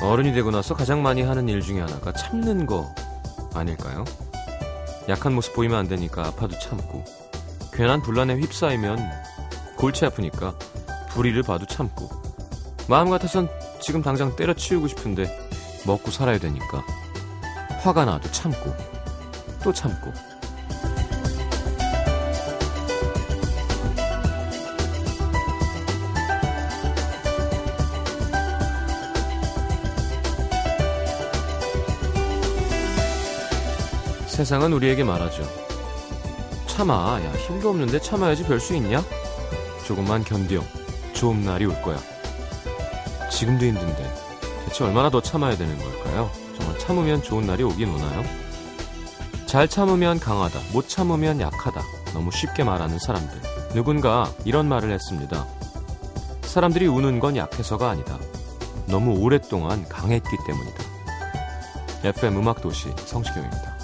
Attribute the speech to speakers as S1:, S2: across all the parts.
S1: 어른이 되고 나서 가장 많이 하는 일 중에 하나가 참는 거 아닐까요? 약한 모습 보이면 안 되니까 아파도 참고 괜한 분란에 휩싸이면 골치 아프니까 불의를 봐도 참고 마음 같아선 지금 당장 때려치우고 싶은데 먹고 살아야 되니까 화가 나도 참고 또 참고 세상은 우리에게 말하죠. 참아, 야, 힘도 없는데 참아야지 별 수 있냐? 조금만 견뎌. 좋은 날이 올 거야. 지금도 힘든데, 대체 얼마나 더 참아야 되는 걸까요? 정말 참으면 좋은 날이 오긴 오나요? 잘 참으면 강하다, 못 참으면 약하다. 너무 쉽게 말하는 사람들. 누군가 이런 말을 했습니다. 사람들이 우는 건 약해서가 아니다. 너무 오랫동안 강했기 때문이다. FM 음악도시 성시경입니다.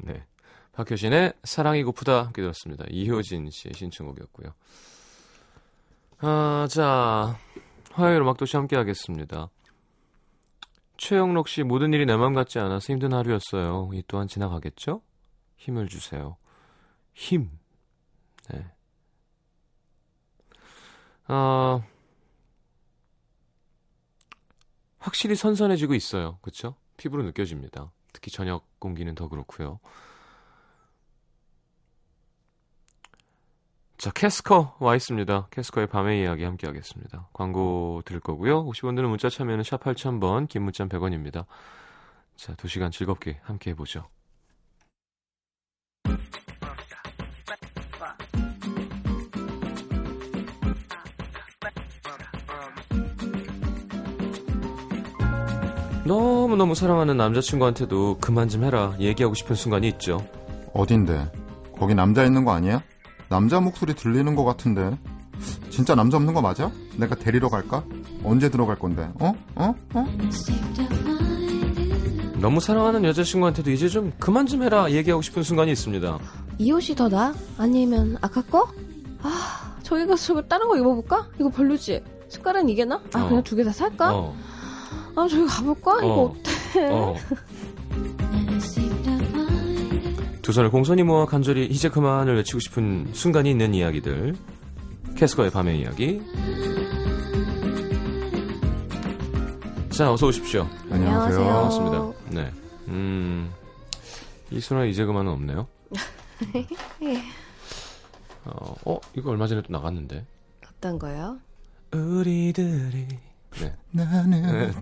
S1: 네. 박효신의 사랑이 고프다 함께 들었습니다. 이효진 씨의 신청곡이었고요. 아, 자. 화요일 음악도시 함께 하겠습니다. 최영록 씨, 모든 일이 내 마음 같지 않아서 힘든 하루였어요. 이 또한 지나가겠죠? 힘을 주세요. 힘. 네. 아, 확실히 선선해지고 있어요. 그쵸? 피부로 느껴집니다. 특히 저녁 공기는 더 그렇고요. 자, 캐스커 와 있습니다. 캐스커의 밤의 이야기 함께 하겠습니다. 광고 들을 거고요. 50원들은 문자 참여는 샵 8000번, 긴 문자 100원입니다. 자, 2시간 즐겁게 함께 해보죠. 너무너무 사랑하는 남자친구한테도 그만 좀 해라 얘기하고 싶은 순간이 있죠.
S2: 어딘데? 거기 남자 있는 거 아니야? 남자 목소리 들리는 거 같은데. 진짜 남자 없는 거 맞아? 내가 데리러 갈까? 언제 들어갈 건데? 어? 어? 어?
S1: 너무 사랑하는 여자친구한테도 이제 좀 그만 좀 해라 얘기하고 싶은 순간이 있습니다.
S3: 이 옷이 더 나아? 아니면 아까 거? 아 저기 가서 저거 다른 거 입어볼까? 이거 별로지? 색깔은 이게 나? 아
S1: 어.
S3: 그냥 두 개 다 살까?
S1: 어,
S3: 아 저기 가볼까? 이거
S1: 어.
S3: 어때?
S1: 어. 두 손을 공손히 모아 간절히 이제 그만을 외치고 싶은 순간이 있는 이야기들. 캐스커의 밤의 이야기. 자, 어서 오십시오.
S2: 안녕하세요.
S1: 반갑습니다. 네. 음, 이소라 이제 그만은 없네요. 어, 어, 이거 얼마 전에 또 나갔는데.
S3: 어떤 거요?
S1: 우리들이
S2: 나는 네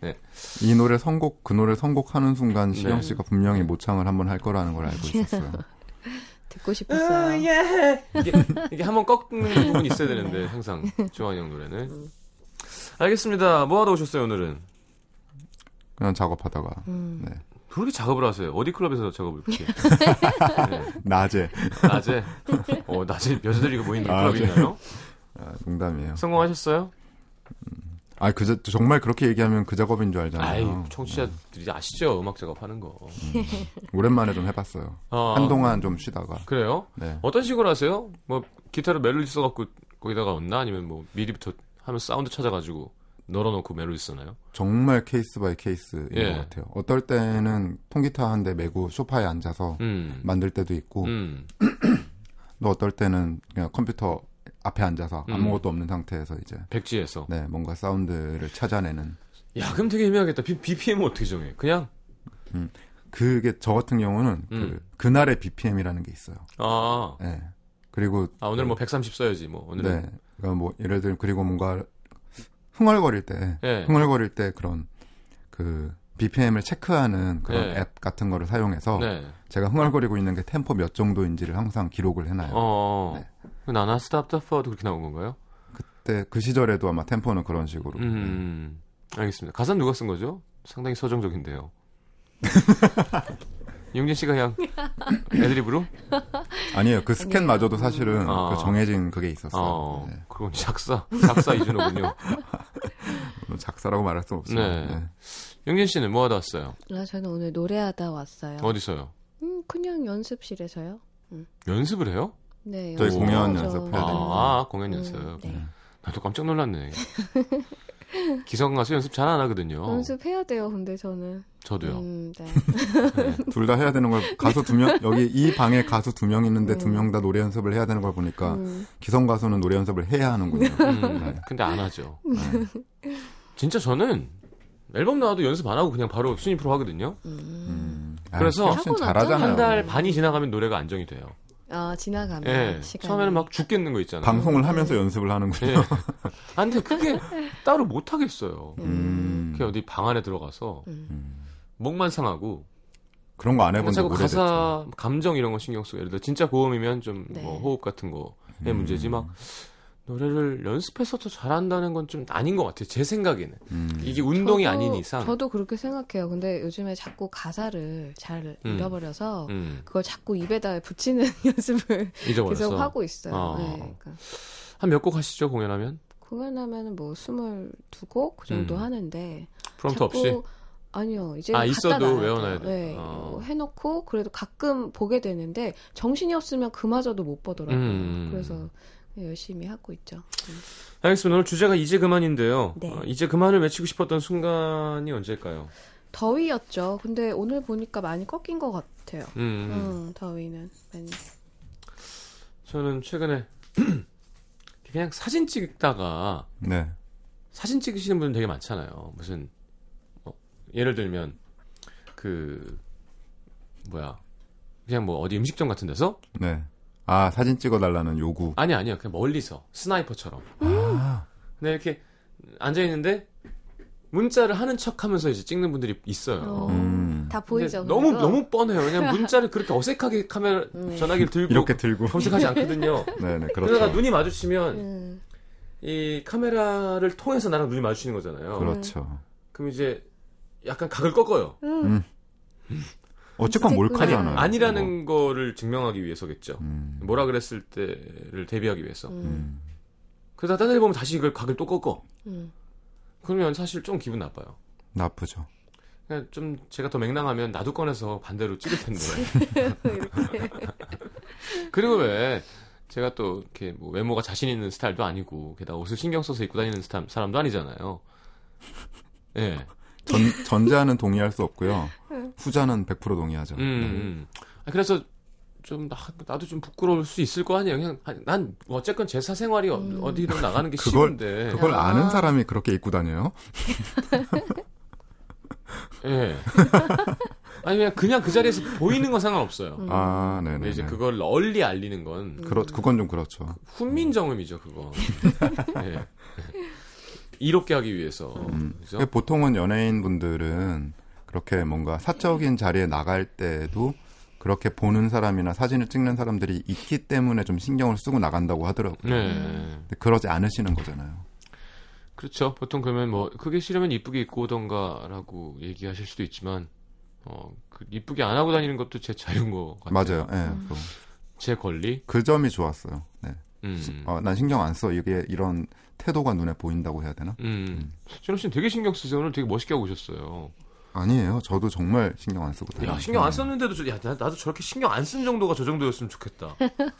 S2: 네. 이 노래 선곡 그 노래 선곡하는 순간 시경 씨가 분명히 모창을 한번 할 거라는 걸 알고 있었어요.
S3: 듣고 싶었어요.
S1: 이게, 이게 한번 꺾는 부분이 있어야 되는데 항상 조한이 형 노래는 알겠습니다 뭐 하다 오셨어요 오늘은
S2: 그냥 작업하다가
S3: 음.
S1: 그렇게 작업을 하세요 어디 클럽에서 작업을 그렇게 네.
S2: 낮에
S1: 낮에 어 낮에 여자들이 모이는
S2: 아,
S1: 클럽이 있나요
S2: 아, 농담이에요.
S1: 성공하셨어요
S2: 아, 그 자- 정말 그렇게 얘기하면 그 작업인 줄
S1: 아이
S2: 알잖아요.
S1: 청취자들이 아시죠 음악 작업하는 거
S2: 오랜만에 좀 해봤어요.
S1: 아,
S2: 한동안 좀 쉬다가.
S1: 그래요
S2: 네.
S1: 어떤 식으로 하세요 뭐 기타로 멜로디 써갖고 거기다가 얹나 아니면 뭐 미리부터 하면 사운드 찾아가지고 널어놓고 멜로디 쓰나요
S2: 정말 케이스 바이 케이스인
S1: 예.
S2: 것 같아요. 어떨 때는 통기타 한 대 메고 소파에 앉아서
S1: 음
S2: 만들 때도 있고,
S1: 음.
S2: 또 어떨 때는 그냥 컴퓨터 앞에 앉아서
S1: 음.
S2: 아무것도 없는 상태에서 이제
S1: 백지에서
S2: 네 뭔가 사운드를 찾아내는.
S1: 야, 그럼 되게 애매하겠다. B, BPM 어떻게 정해? 그냥
S2: 그게 저 같은 경우는
S1: 음.
S2: 그 그날의 BPM이라는 게 있어요.
S1: 아,
S2: 예. 그리고
S1: 아 오늘 뭐 130 써야지. 뭐 오늘은
S2: 네. 그러니까 뭐 예를 들면 그리고 뭔가 흥얼거릴 때
S1: 예.
S2: 네. 흥얼거릴 때 그런 그 BPM을 체크하는 그런
S1: 네.
S2: 앱 같은 거를 사용해서
S1: 네.
S2: 제가 흥얼거리고 있는 게 템포 몇 정도인지를 항상 기록을 해놔요.
S1: 어.
S2: 네.
S1: 그 나나 스탑 더퍼도 그렇게 나온 건가요?
S2: 그때 그 시절에도 아마 템포는 그런 식으로.
S1: 음, 알겠습니다. 가사는 누가 쓴 거죠? 상당히 서정적인데요. 이용진 씨가 그냥 애드립으로?
S2: 아니에요. 그 스캔마저도 사실은
S1: 아.
S2: 그 정해진 그게 있었어요.
S1: 어,
S2: 네.
S1: 그건 작사, 작사 이준호군요.
S2: 물론 뭐 작사라고 말할 수는 없어요.
S1: 네.
S2: 네.
S1: 용진 씨는 뭐 하다 왔어요?
S3: 아, 저는 오늘 노래하다 왔어요.
S1: 어디서요?
S3: 음, 그냥 연습실에서요.
S1: 연습을 해요?
S3: 네.
S2: 저희
S3: 연습
S2: 공연
S3: 나오죠.
S2: 연습해야
S1: 아,
S2: 네.
S1: 아, 공연
S3: 음,
S1: 연습.
S3: 네.
S1: 나도 깜짝 놀랐네. 기성 가수 연습 잘 안 하거든요.
S3: 연습해야 돼요, 근데 저는.
S1: 저도요.
S3: 음, 네.
S1: 네.
S2: 둘 다 해야 되는 걸 가수 두 명, 여기 이 방에 가수 두 명 있는데
S3: 음.
S2: 두 명 다 노래 연습을 해야 되는 걸 보니까
S1: 그러니까.
S3: 음,
S2: 기성 가수는 노래 연습을 해야 하는군요.
S1: 음,
S2: 네.
S1: 근데 안 하죠.
S2: 음.
S1: 진짜 저는 앨범 나와도 연습 안 하고 그냥 바로 순위프로 하거든요.
S3: 음.
S2: 음. 아,
S1: 그래서
S2: 시험 씨는
S3: 하고 나서
S2: 잘하잖아요.
S1: 한 달 반이 지나가면 노래가 안정이 돼요.
S3: 아, 지나가면.
S1: 예.
S3: 시간이.
S1: 처음에는 막 죽겠는 거 있잖아요.
S2: 방송을 하면서 연습을 하는군요.
S1: 예. 아, 근데 그게 따로 못 하겠어요.
S2: 음.
S1: 그게 어디 방 안에 들어가서
S3: 음.
S2: 음.
S1: 목만 상하고
S2: 그런 거 안 해본 지
S1: 자꾸
S2: 오래됐죠.
S1: 가사 감정 이런 거 신경 쓰고 예를 들어 진짜 고음이면 좀 뭐
S3: 네.
S1: 호흡 같은 거의
S2: 음.
S1: 문제지 막 노래를 연습해서 더 잘한다는 건 좀 아닌 것 같아요. 제 생각에는
S2: 음.
S1: 이게 운동이
S3: 저도-
S1: 아닌 이상
S3: 저도 그렇게 생각해요. 근데 요즘에 자꾸 가사를 잘
S1: 음.
S3: 잃어버려서
S1: 음,
S3: 그걸 자꾸 입에다 붙이는 연습을 계속
S1: 잊어버려서
S3: 하고 있어요.
S1: 어.
S3: 네, 그러니까
S1: 한 몇 곡 하시죠 공연하면
S3: 공연하면 뭐 22곡 그 정도
S1: 음.
S3: 하는데
S1: 프롬프트
S3: 자꾸
S1: 없이
S3: 아니요 이제
S1: 아,
S3: 갖다
S1: 있어도
S3: 놔야
S1: 외워놔야 돼요.
S3: 네,
S1: 어.
S3: 뭐 해놓고 그래도 가끔 보게 되는데 정신이 없으면 그마저도 못 보더라고요.
S1: 음.
S3: 그래서 열심히 하고 있죠. 음.
S1: 알겠습니다. 오늘 주제가 이제 그만인데요.
S3: 네.
S1: 어, 이제 그만을 외치고 싶었던 순간이 언제일까요?
S3: 더위였죠. 근데 오늘 보니까 많이 꺾인 것 같아요.
S1: 음, 음.
S3: 음, 더위는 많이.
S1: 저는 최근에 그냥 사진 찍다가
S2: 네.
S1: 사진 찍으시는 분 되게 많잖아요. 무슨 뭐, 예를 들면 그 뭐야 그냥 뭐 어디 음식점 같은 데서
S2: 네. 아, 사진 찍어달라는 요구.
S1: 아니 야 아니야 그냥 멀리서 스나이퍼처럼
S2: 아,
S1: 근데 이렇게 앉아 있는데 문자를 하는 척하면서 이제 찍는 분들이 있어요.
S3: 어.
S2: 음.
S3: 다
S1: 근데
S3: 보이죠.
S1: 너무
S3: 그래도?
S1: 너무 뻔해요. 왜냐면 문자를 그렇게 어색하게 카메라
S3: 네.
S1: 전화기를 들고
S2: 이렇게 들고.
S1: 검색하지 않거든요.
S2: 네네,
S1: 그러다가
S2: 그렇죠.
S1: 눈이 마주치면
S3: 음,
S1: 이 카메라를 통해서 나랑 눈이 마주치는 거잖아요. 그럼
S2: 그렇죠.
S1: 이제 약간 각을 꺾어요.
S3: 음.
S2: 어쨌건
S1: 음. 아니,
S3: 그러잖아요.
S2: 몰카잖아요.
S1: 아니라는 거를 증명하기 위해서겠죠.
S2: 음.
S1: 뭐라 그랬을 때를 대비하기 위해서.
S3: 음,
S2: 음.
S1: 그러다 딴 데 보면 다시 이걸 각을 또 꺾어.
S3: 음.
S1: 그러면 사실 좀 기분 나빠요.
S2: 나쁘죠.
S1: 그냥 좀 제가 더 맹랑하면 나도 꺼내서 반대로 찍을 텐데. 그리고 왜 제가 또 이렇게 뭐 외모가 자신 있는 스타일도 아니고 게다가 옷을 신경 써서 입고 다니는 스타, 사람도 아니잖아요. 예.
S2: 전, 전자는 동의할 수 없고요. 후자는 100% 동의하죠. 네.
S1: 음, 음. 아, 그래서 좀 나, 도좀 부끄러울 수 있을 거 아니에요. 그냥 아, 난 어쨌건 제사 생활이 어-
S3: 음.
S1: 어디로 나가는 게
S2: 그걸-
S1: 싫은데.
S2: 그걸
S3: 아.
S2: 아는 사람이 그렇게 입고 다녀요?
S1: 예. 아니 그냥 그냥 그 자리에서 보이는 건 상관없어요.
S3: 음.
S2: 아, 네네.
S1: 근데 이제 그걸 널리 알리는 건
S2: 그렇, 그건 좀 그렇죠.
S1: 훈민정음이죠, 그거. 예. 이롭게 하기 위해서.
S3: 음.
S1: 그죠?
S2: 근데 예, 보통은 연예인분들은 그렇게 뭔가 사적인 자리에 나갈 때도 그렇게 보는 사람이나 사진을 찍는 사람들이 있기 때문에 좀 신경을 쓰고 나간다고 하더라고요.
S1: 네.
S3: 음.
S2: 근데 그러지 않으시는 거잖아요.
S1: 그렇죠. 보통 그러면 뭐 그게 싫으면 이쁘게 입고 오던가라고 얘기하실 수도 있지만 어, 그 이쁘게 안 하고 다니는 것도 제 자유인 것 같아요.
S2: 맞아요. 예.
S3: 음.
S2: 그-
S1: 제 권리.
S2: 그 점이 좋았어요. 네.
S1: 음.
S2: 어, 난 신경 안 써. 이게 이런 태도가 눈에 보인다고 해야 되나?
S1: 음. 진호 씨는 되게 신경 쓰세요. 오늘 되게 멋있게 하고 오셨어요. 음.
S2: 아니에요. 저도 정말 신경 안 쓰고 다녀요.
S1: 야, 신경 안 썼는데도 저, 야, 나, 나도 저렇게 신경 안 쓴 정도가 저 정도였으면 좋겠다.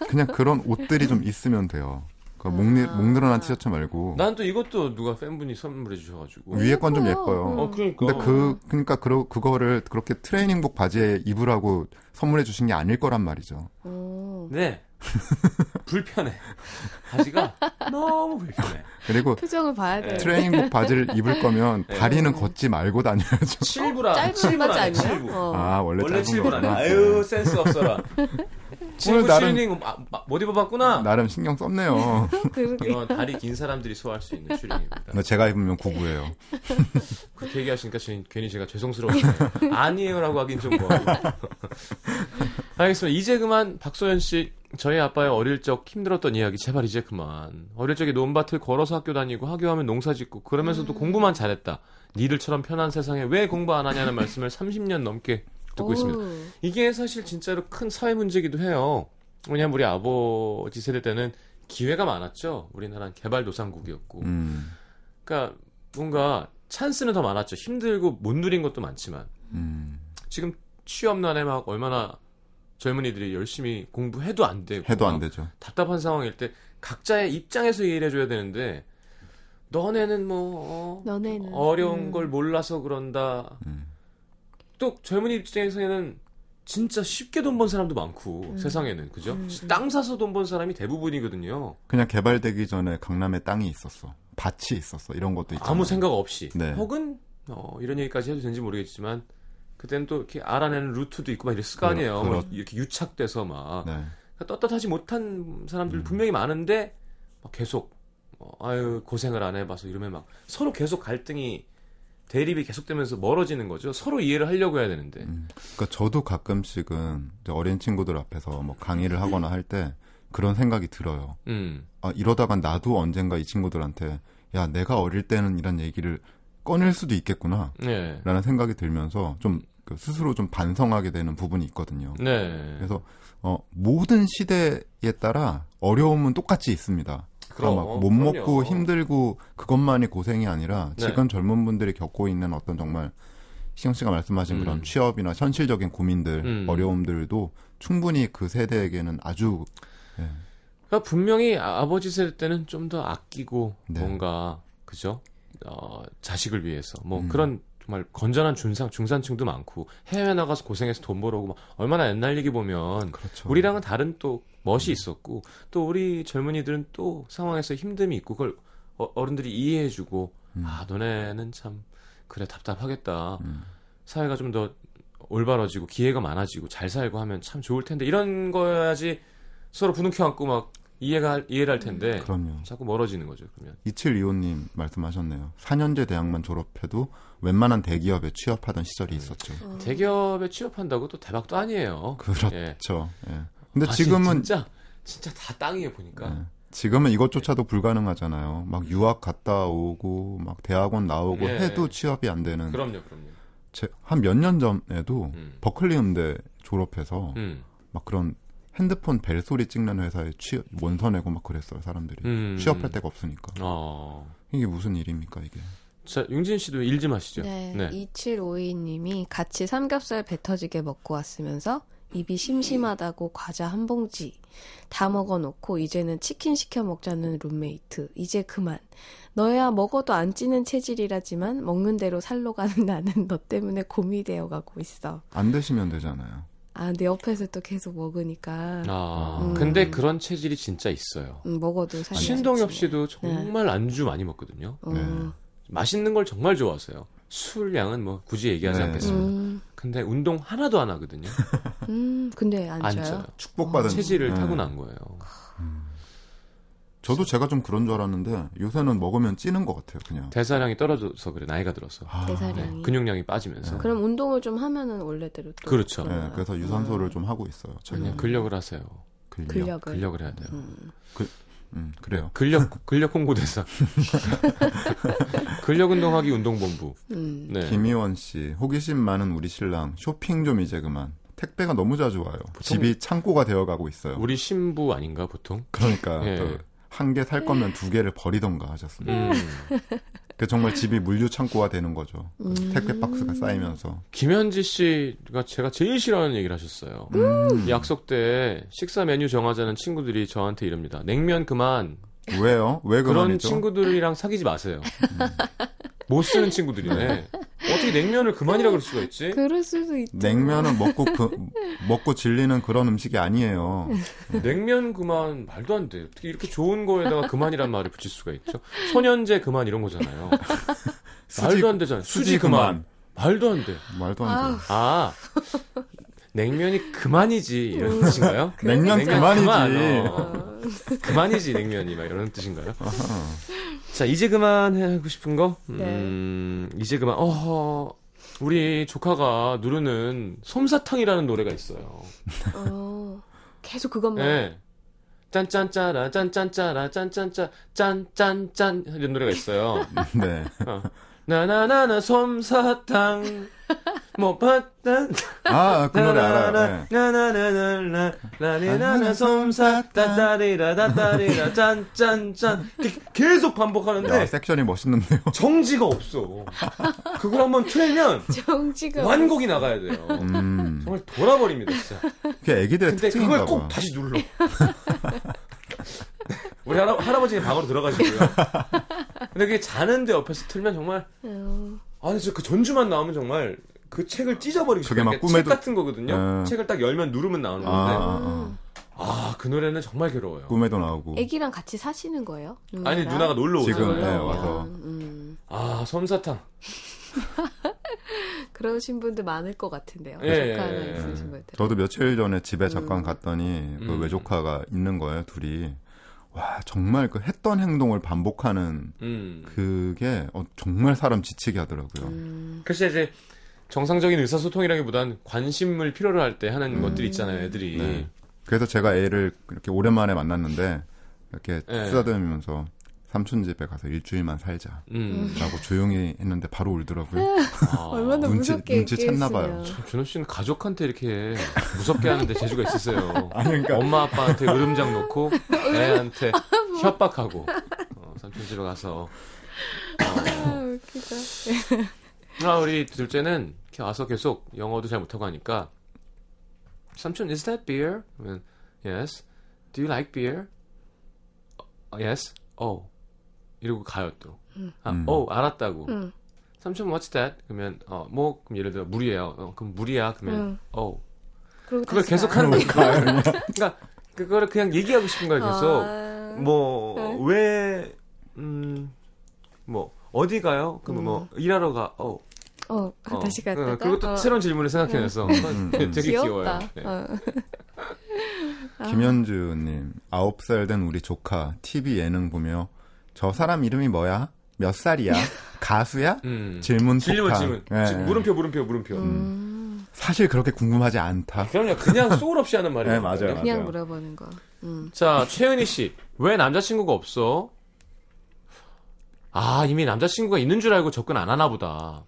S2: 그냥 그런 옷들이 좀 있으면 돼요. 그 목, 늘- 목 늘어난 티셔츠 말고
S1: 난 또 이것도 누가 팬분이 선물해 주셔가지고.
S2: 위에 건 좀
S3: 예뻐요.
S2: 예뻐요.
S1: 어, 그러니까.
S2: 근데 그 그러니까 그 그거를 그렇게 트레이닝복 바지에 입으라고 선물해 주신 게 아닐 거란 말이죠.
S3: 오,
S1: 네. 불편해. 바지가 너무 불편해.
S2: 그리고
S3: 표정을 봐야
S1: 네.
S3: 돼. 요
S2: 트레이닝복 바지를 입을 거면 다리는 걷지 말고 다녀야죠.
S1: 칠부라.
S3: 짧은 바지 아니야?
S1: 칠부.
S3: 어.
S2: 아 원래,
S1: 원래
S2: 짧은
S1: 칠분 안 해.
S2: 거구나.
S1: 아유 센스 없어라. 칠분
S2: 나름-
S1: 칠링 아, 마- 못 입어봤구나.
S2: 네. 나름 신경 썼네요.
S3: 그러게.
S1: 이건 다리 긴 사람들이 소화할 수 있는 칠링입니다.
S2: 근데 제가 입으면 구부예요.
S1: 네. 그렇게 얘기하시니까 제- 괜히 제가 죄송스러워요. 아니에요라고 하긴 좀 뭐하고. 알겠습니다. 이제 그만 박소연 씨 저희 아빠의 어릴 적 힘들었던 이야기 제발 이제 그만. 어릴 적에 논밭을 걸어서 학교 다니고 학교하면 농사 짓고 그러면서도 공부만 잘했다. 니들처럼 편한 세상에 왜 공부 안 하냐는 말씀을 30년 넘게 듣고 있습니다.
S3: 어우,
S1: 이게 사실 진짜로 큰 사회 문제이기도 해요. 왜냐면 우리 아버지 세대 때는 기회가 많았죠. 우리나라는 개발도상국이었고.
S2: 음,
S1: 그러니까 뭔가 찬스는 더 많았죠. 힘들고 못 누린 것도 많지만.
S2: 음.
S1: 지금 취업난에 막 얼마나 젊은이들이 열심히 공부해도 안 되고
S2: 해도 안
S1: 막
S2: 되죠.
S1: 답답한 상황일 때 각자의 입장에서 이해를 해줘야 되는데 너네는 뭐
S3: 너네는
S1: 어, 려운
S3: 음.
S1: 걸 몰라서 그런다
S2: 음.
S1: 또 젊은 입장에서는 진짜 쉽게 돈 번 사람도 많고
S3: 음.
S1: 세상에는 그죠
S3: 음.
S1: 땅 사서 돈 번 사람이 대부분이거든요
S2: 그냥 개발되기 전에 강남에 땅이 있었어. 밭이 있었어. 이런 것도 있잖아.
S1: 아무 생각 없이
S2: 네.
S1: 혹은 어, 이런 얘기까지 해도 되는지 모르겠지만 그때는 또 이렇게 알아내는 루트도 있고 막 이랬을 거 아니에요
S2: 그렇-
S1: 막 이렇게 유착돼서 막
S2: 네.
S1: 그러니까 떳떳하지 못한 사람들
S2: 음.
S1: 분명히 많은데 막 계속 어, 아유 고생을 안 해봐서 이러면 막 서로 계속 갈등이 대립이 계속되면서 멀어지는 거죠. 서로 이해를 하려고 해야 되는데
S2: 음. 그러니까 저도 가끔씩은 이제 어린 친구들 앞에서 뭐 강의를 하거나 할 때 그런 생각이 들어요.
S1: 음,
S2: 아, 이러다간 나도 언젠가 이 친구들한테 야, 내가 어릴 때는 이런 얘기를 꺼낼 수도 있겠구나.
S1: 네,
S2: 라는 생각이 들면서 좀그 스스로 좀 반성하게 되는 부분이 있거든요.
S1: 네,
S2: 그래서 어, 모든 시대에 따라 어려움은 똑같이 있습니다.
S1: 어, 그럼,
S2: 막 못
S1: 그럼요.
S2: 먹고 힘들고 그것만이 고생이 아니라
S1: 네.
S2: 지금 젊은 분들이 겪고 있는 어떤 정말 시영 씨가 말씀하신
S1: 음.
S2: 그런 취업이나 현실적인 고민들,
S1: 음.
S2: 어려움들도 충분히 그 세대에게는 아주
S1: 그러니까 분명히 아- 아버지 세대 때는 좀 더 아끼고
S2: 네.
S1: 뭔가 그죠 어, 자식을 위해서 뭐
S2: 음.
S1: 그런 정말 건전한 중상 중산층도 많고 해외 나가서 고생해서 돈 벌어오고 막 얼마나 옛날 얘기 보면
S2: 그렇죠. 음.
S1: 우리랑은 다른 또 멋이 있었고 또 우리 젊은이들은 또 상황에서 힘듦이 있고 그걸 어- 어른들이 이해해주고
S2: 음.
S1: 아 너네는 참 그래 답답하겠다
S2: 음.
S1: 사회가 좀 더 올바러지고 기회가 많아지고 잘 살고 하면 참 좋을 텐데 이런 거야지 서로 부둥켜 안고 막 이해가 할- 이해를 할 텐데
S2: 그럼요.
S1: 자꾸 멀어지는 거죠 그러면
S2: 2725님 말씀하셨네요. 4년제 대학만 졸업해도 웬만한 대기업에 취업하던 시절이
S1: 음.
S2: 있었죠.
S3: 어.
S1: 대기업에 취업한다고 또 대박도 아니에요
S2: 그렇죠.
S1: 예.
S2: 예. 근데
S1: 아, 진-
S2: 지금은
S1: 진짜 진짜 다 땅이에요 보니까
S2: 예. 지금은 이것조차도 불가능하잖아요. 막 유학 갔다 오고 막 대학원 나오고
S1: 예. 그렇죠.
S2: 해도 취업이 안 되는
S1: 그럼요 그럼요
S2: 한 몇 년 전에도
S1: 음.
S2: 버클리 음대 졸업해서
S1: 음.
S2: 막 그런 핸드폰 벨소리 찍는 회사에 취업 원서 내고 막 그랬어요 사람들이
S1: 음.
S2: 취업할 데가 없으니까
S1: 어.
S2: 이게 무슨 일입니까 이게
S1: 자, 융진 씨도 일 좀 하시죠.
S3: 네, 2752님이 같이 삼겹살 배 터지게 먹고 왔으면서 입이 심심하다고 과자 한 봉지 다 먹어놓고 이제는 치킨 시켜 먹자는 룸메이트 이제 그만 너야 먹어도 안 찌는 체질이라지만 먹는 대로 살로 가는 나는 너 때문에 곰이 되어가고 있어
S2: 안 드시면 되잖아요.
S3: 아 내 옆에서 또 계속 먹으니까
S1: 아,
S3: 음.
S1: 근데 그런 체질이 진짜 있어요.
S3: 음, 먹어도 살
S1: 신동엽
S3: 찌지.
S1: 씨도 정말 안주 많이 먹거든요.
S3: 어,
S2: 네.
S1: 맛있는 걸 정말 좋아하세요. 술 양은 뭐 굳이 얘기하지
S2: 네.
S1: 않겠습니다.
S3: 음,
S1: 근데 운동 하나도 안 하거든요.
S3: 음, 근데 안
S1: 안
S3: 쪄요?
S1: 쪄요.
S2: 축복받은
S1: 아, 체질을
S2: 예.
S1: 타고난 거예요.
S2: 저도 제가 좀 그런 줄 알았는데 요새는 먹으면 찌는 것 같아요 그냥.
S1: 대사량이 떨어져서 그래 나이가 들어서
S2: 아,
S1: 네,
S3: 대사량이
S1: 근육량이 빠지면서
S3: 그럼 운동을 좀 하면은 원래대로 또
S1: 그렇죠.
S2: 예,
S3: 그러나요?
S2: 그래서 유산소를 좀 하고 있어요. 최근에.
S1: 아. 그냥 근력을 하세요.
S2: 근력.
S3: 근력을
S1: 근력을 해야 돼요.
S3: 음.
S2: 음, 그래요.
S1: 근력 근력 홍보 대사. 근력 운동하기 운동본부.
S3: 음.
S1: 네.
S2: 김희원 씨, 호기심 많은 우리 신랑, 쇼핑 좀 이제 그만. 택배가 너무 자주 와요. 집이 창고가 되어가고 있어요.
S1: 우리 신부 아닌가 보통?
S2: 그러니까
S1: 예.
S2: 한 개 살 거면 두 개를 버리던가 하셨습니다.
S1: 음.
S2: 그 정말 집이 물류 창고가 되는 거죠. 그
S3: 음.
S2: 택배 박스가 쌓이면서.
S1: 김현지 씨가 제가 제일 싫어하는 얘기를 하셨어요.
S2: 음,
S1: 약속 때 식사 메뉴 정하자는 친구들이 저한테 이럽니다. 냉면 그만.
S2: 왜요? 왜
S1: 그런
S2: 그만이죠?
S1: 친구들이랑 사귀지 마세요. 못 쓰는 친구들이네. 어떻게 냉면을 그만이라 그럴 수가 있지?
S3: 그럴 수도 있죠.
S2: 냉면은 먹고 그- 먹고 질리는 그런 음식이 아니에요.
S1: 냉면 그만 말도 안 돼. 어떻게 이렇게 좋은 거에다가 그만이란 말을 붙일 수가 있죠? 소년제 그만 이런 거잖아요. 말도 안 되잖아요. 수지 그만. 말도 안 돼.
S2: 말도 안 돼.
S1: 아 냉면이 그만이지 이런 뜻인가요?
S2: 냉면
S1: 냉면
S2: 그만이지.
S1: 그만, 어. 그만이지 냉면이 막 이런 뜻인가요?
S2: 아하.
S1: 자 이제 그만 하고 싶은 거?
S3: 네.
S1: 음, 이제 그만. 어허 우리 조카가 누르는 솜사탕이라는 노래가 있어요.
S3: 어, 계속 그것만.
S1: 예. 짠짠짜라 짠짠짜라 짠짠짜 짠짠짠 이런 노래가 있어요.
S2: 네.
S1: 어. 나나나나 솜사탕 뭐 봤단
S2: 아, 그 노래 알아요. 네.
S1: 나나나나나 라리나나 솜사탕 따리라 따따리라 짠짠짠 계속
S2: 네. 야,
S1: 반복하는데
S2: 섹션이 멋있는데요.
S1: 정지가 없어. 그걸 한번 틀면
S3: 정지가.
S1: 완곡이 나가야 돼요.
S2: 음.
S1: 정말 돌아버립니다 진짜.
S2: 그게 애기들의
S1: 근데 그걸
S2: 특징인가 봐.
S1: 꼭 다시 눌러. 우리 할아, 할아버지는 방으로 들어가시고요. 근데 그게 자는데 옆에서 틀면 정말
S3: 어,
S1: 아 근데 저그 전주만 나오면 정말 그 책을 찢어버리고
S2: 그게
S1: 싶어요.
S2: 막
S1: 그러니까
S2: 꿈에도-
S1: 책 같은 거거든요.
S2: 예.
S1: 책을 딱 열면 누르면 나오는
S2: 아,
S1: 건데
S2: 아,
S1: 아 그 노래는 정말 괴로워요.
S2: 아. 꿈에도 나오고.
S3: 음. 애기랑 같이 사시는 거예요?
S1: 아니 누나가 놀러 오세요.
S2: 지금,
S3: 놀러
S2: 네,
S3: 오면,
S2: 와서.
S3: 음,
S1: 아 솜사탕.
S3: 그러신 분들 많을 것 같은데요.
S1: 예, 예,
S3: 조카나
S1: 예.
S3: 있으신 분들.
S2: 저도 며칠 전에 집에 잠깐 갔더니 그
S1: 음.
S2: 외조카가 있는 거예요, 둘이. 와, 정말 그 했던 행동을 반복하는
S1: 음.
S2: 그게 어, 정말 사람 지치게 하더라고요.
S3: 음,
S1: 글쎄 이제 정상적인 의사소통이라기보단 관심을 필요로 할 때 하는
S2: 음.
S1: 것들이 있잖아요, 애들이.
S2: 네. 그래서 제가 애를 이렇게 오랜만에 만났는데 이렇게
S1: 네.
S2: 쓰다듬으면서 삼촌 집에 가서 일주일만 살자.
S1: 음.
S2: 라고 조용히 했는데 바로 울더라고요.
S1: 아.
S3: 얼마나
S2: 눈치-
S3: 무섭게
S2: 눈치 챘나 봐요.
S3: 얘기했으면.
S1: 준호 씨는 가족한테 이렇게 무섭게 하는데 재주가 있으세요.
S2: 아니, 그러니까-
S1: 엄마 아빠한테 으름장 놓고 애한테
S3: 뭐.
S1: 협박하고 어, 삼촌 집에 가서
S3: 아, 웃기다.
S1: 아 우리 둘째는 이렇게 와서 계속 영어도 잘 못하고 하니까 삼촌 is that beer? 그러면, yes. Do you like beer? 어, yes. Oh. 이러고 가요 또. 아,
S2: 음.
S1: oh 알았다고.
S3: 응,
S1: 삼촌 what's that? 그러면 어뭐 그럼 예를 들어 물이에요. 어, 그럼 물이야. 그러면
S3: 응.
S1: oh.
S3: 그리고
S1: 그걸
S3: 다시
S1: 계속
S3: 가요.
S1: 하는 거니까. 그러니까 그거를 그냥 얘기하고 싶은 거예요. 계속
S3: 아,
S1: 뭐 왜 음, 뭐 어디 가요? 그러면 뭐 일하러 가. 어.
S3: 어,
S1: 어.
S3: 다시 갔다가.
S1: 어, 그리고 또
S3: 어,
S1: 새로운 질문을 생각해내서
S2: 음, 음.
S1: 되게 귀여워요.
S3: 귀엽다.
S1: 네.
S3: 어.
S2: 김현주님, 아홉 살 된 우리 조카 TV 예능 보며 저 사람 이름이 뭐야? 몇 살이야? 가수야?
S1: 음.
S2: 질문
S1: 질문
S2: 폭탄.
S1: 질문.
S2: 예,
S1: 지-
S2: 예.
S1: 물음표 물음표 물음표.
S3: 음,
S2: 사실 그렇게 궁금하지 않다.
S1: 그럼요. 그냥 소울 없이 하는 말이에요.
S2: 네, 맞아요.
S3: 그냥
S2: 맞아요.
S3: 물어보는 거. 음.
S1: 자, 최은희 씨. 왜 남자친구가 없어? 아, 이미 남자친구가 있는 줄 알고 접근 안 하나 보다.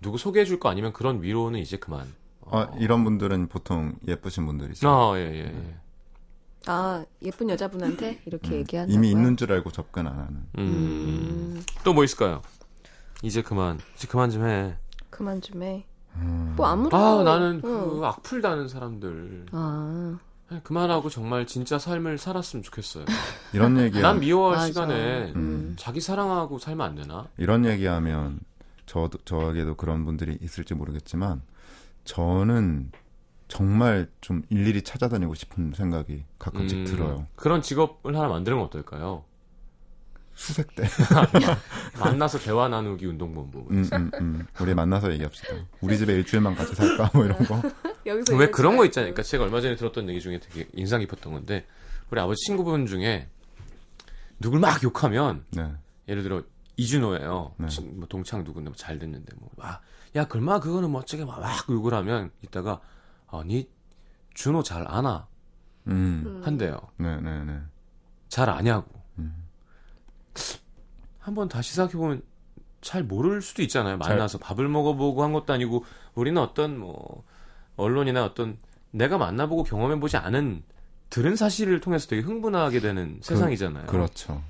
S1: 누구 소개해 줄 거 아니면 그런 위로는 이제 그만.
S2: 어, 이런 분들은 보통 예쁘신 분들이죠.
S1: 아, 예, 예, 예.
S3: 아, 예쁜 여자분한테 이렇게 얘기한다.
S2: 음. 이미 있는 줄 알고 접근 안 하는.
S1: 음. 또 뭐 있을까요? 이제 그만. 이제 그만 좀 해.
S3: 그만 좀 해.
S2: 음.
S3: 뭐 어. 아무래도.
S1: 아, 나는
S3: 응.
S1: 그 악플 다는 사람들.
S3: 아,
S1: 아니, 네, 그만하고 정말 진짜 삶을 살았으면 좋겠어요.
S2: 이런 얘기
S1: 난 미워할
S3: 맞아.
S1: 그 시간에
S3: 음.
S1: 자기 사랑하고 살면 안 되나?
S2: 이런 얘기하면 저도 저에게도 그런 분들이 있을지 모르겠지만 저는 정말 좀 일일이 찾아다니고 싶은 생각이 가끔씩
S1: 음,
S2: 들어요.
S1: 그런 직업을 하나 만드는 건 어떨까요?
S2: 수색대.
S1: 만나서 대화 나누기 운동본부.
S2: 음, 음, 음. 우리 만나서 얘기합시다. 우리 집에 일주일만 같이 살까? 뭐 이런 거.
S3: 여기서
S1: 왜
S3: 이거
S1: 그런 거
S3: 잘-
S1: 있잖아요. 그러니까 제가 얼마 전에 들었던 얘기 중에 되게 인상 깊었던 건데 우리 아버지 친구분 중에 누굴 막 욕하면
S2: 네.
S1: 예를 들어 이준호예요.
S2: 네.
S1: 친- 뭐 동창 누군데 뭐잘 됐는데 뭐와야 글마 그거는 멋지게 막, 막 욕을 하면 이따가 어, 아니 준호 잘 아나
S2: 음.
S1: 한대요.
S2: 네, 네, 네.
S1: 잘 아냐고.
S2: 음.
S1: 한번 다시 생각해보면 잘 모를 수도 있잖아요. 만나서 밥을 먹어보고 한 것도 아니고 우리는 어떤 뭐 언론이나 어떤 내가 만나보고 경험해보지 않은 들은 사실을 통해서 되게 흥분하게 되는 세상이잖아요. 그,
S2: 그렇죠.
S1: 럼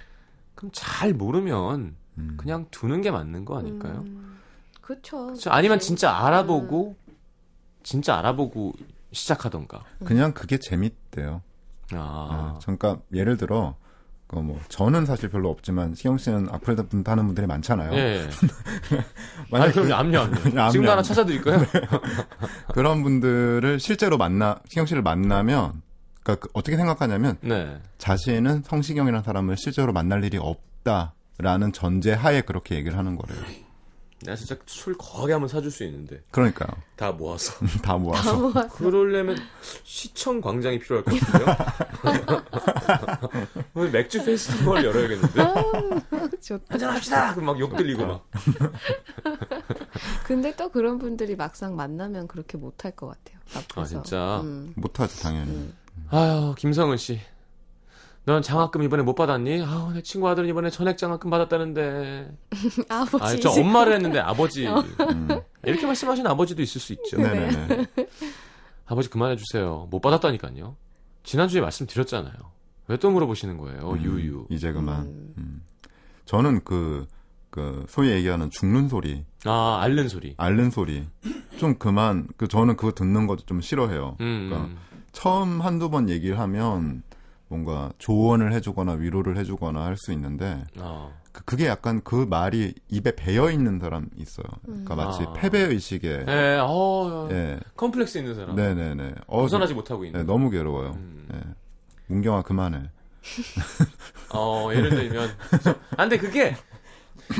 S1: 잘 모르면
S2: 음.
S1: 그냥 두는 게 맞는 거 아닐까요?
S3: 음, 그쵸.
S1: 그렇죠. 아니면 진짜 알아보고 진짜 알아보고 시작하던가.
S2: 그냥 그게 재밌대요.
S1: 아,
S2: 네, 잠깐 예를 들어 그 뭐 저는 사실 별로 없지만 시경 씨는 악플 다는 분들이 많잖아요.
S1: 예.
S2: 만약에
S1: 아니, 그럼 압류,
S2: 압류,
S1: 압류. 지금 도
S2: 압류.
S1: 하나 찾아드릴까요? 네.
S2: 그런 분들을 실제로 만나 시경 씨를 만나면 그러니까 그 어떻게 생각하냐면
S1: 네.
S2: 자신은 성시경이라는 사람을 실제로 만날 일이 없다라는 전제하에 그렇게 얘기를 하는 거래요.
S1: 내가 진짜 술 거하게 한번 사줄 수 있는데
S2: 그러니까요.
S1: 다 모아서
S2: 다 모아서
S1: 그러려면 시청 광장이 필요할 것 같은데요 오늘 맥주 페스티벌 열어야겠는데
S3: 좋다.
S1: 한잔합시다 그럼 막 욕 들리고 막
S3: 근데 또 그런 분들이 막상 만나면 그렇게 못할 것 같아요. 앞에서.
S1: 진짜?
S3: 음.
S2: 못하죠 당연히.
S1: 아유, 김성은 씨. 넌 장학금 이번에 못 받았니? 아우, 내 친구 아들은 이번에 전액 장학금 받았다는데.
S3: 아버지.
S1: 아, 저
S3: 이제-
S1: 엄마를 했는데 아버지.
S2: 음.
S1: 이렇게 말씀하시는 아버지도 있을 수 있죠.
S2: 네네네.
S1: 아버지 그만해 주세요. 못 받았다니까요. 지난주에 말씀드렸잖아요. 왜 또 물어보시는 거예요?
S2: 음,
S1: 유유.
S2: 이제 그만.
S3: 음.
S2: 음. 저는 그, 그, 소위 얘기하는 죽는 소리,
S1: 아, 앓는 소리.
S2: 앓는 소리. 좀 그만, 그, 저는 그거 듣는 거 좀 싫어해요.
S1: 음.
S2: 그러니까 처음 한두 번 얘기를 하면 뭔가 조언을 해주거나 위로를 해주거나 할 수 있는데,
S1: 어.
S2: 그- 그게 약간 그 말이 입에 배어 있는 사람 있어요. 그러니까
S3: 음.
S2: 마치
S1: 아.
S2: 패배의식에,
S1: 예, 어,
S2: 예,
S1: 컴플렉스 있는 사람.
S2: 네. 네네네. 어,
S1: 벗어나지 못하고
S2: 네,
S1: 있는.
S2: 너무 괴로워요.
S1: 음.
S2: 예. 문경아 그만해.
S1: 어, 예를 들면. 아, 근데 그게,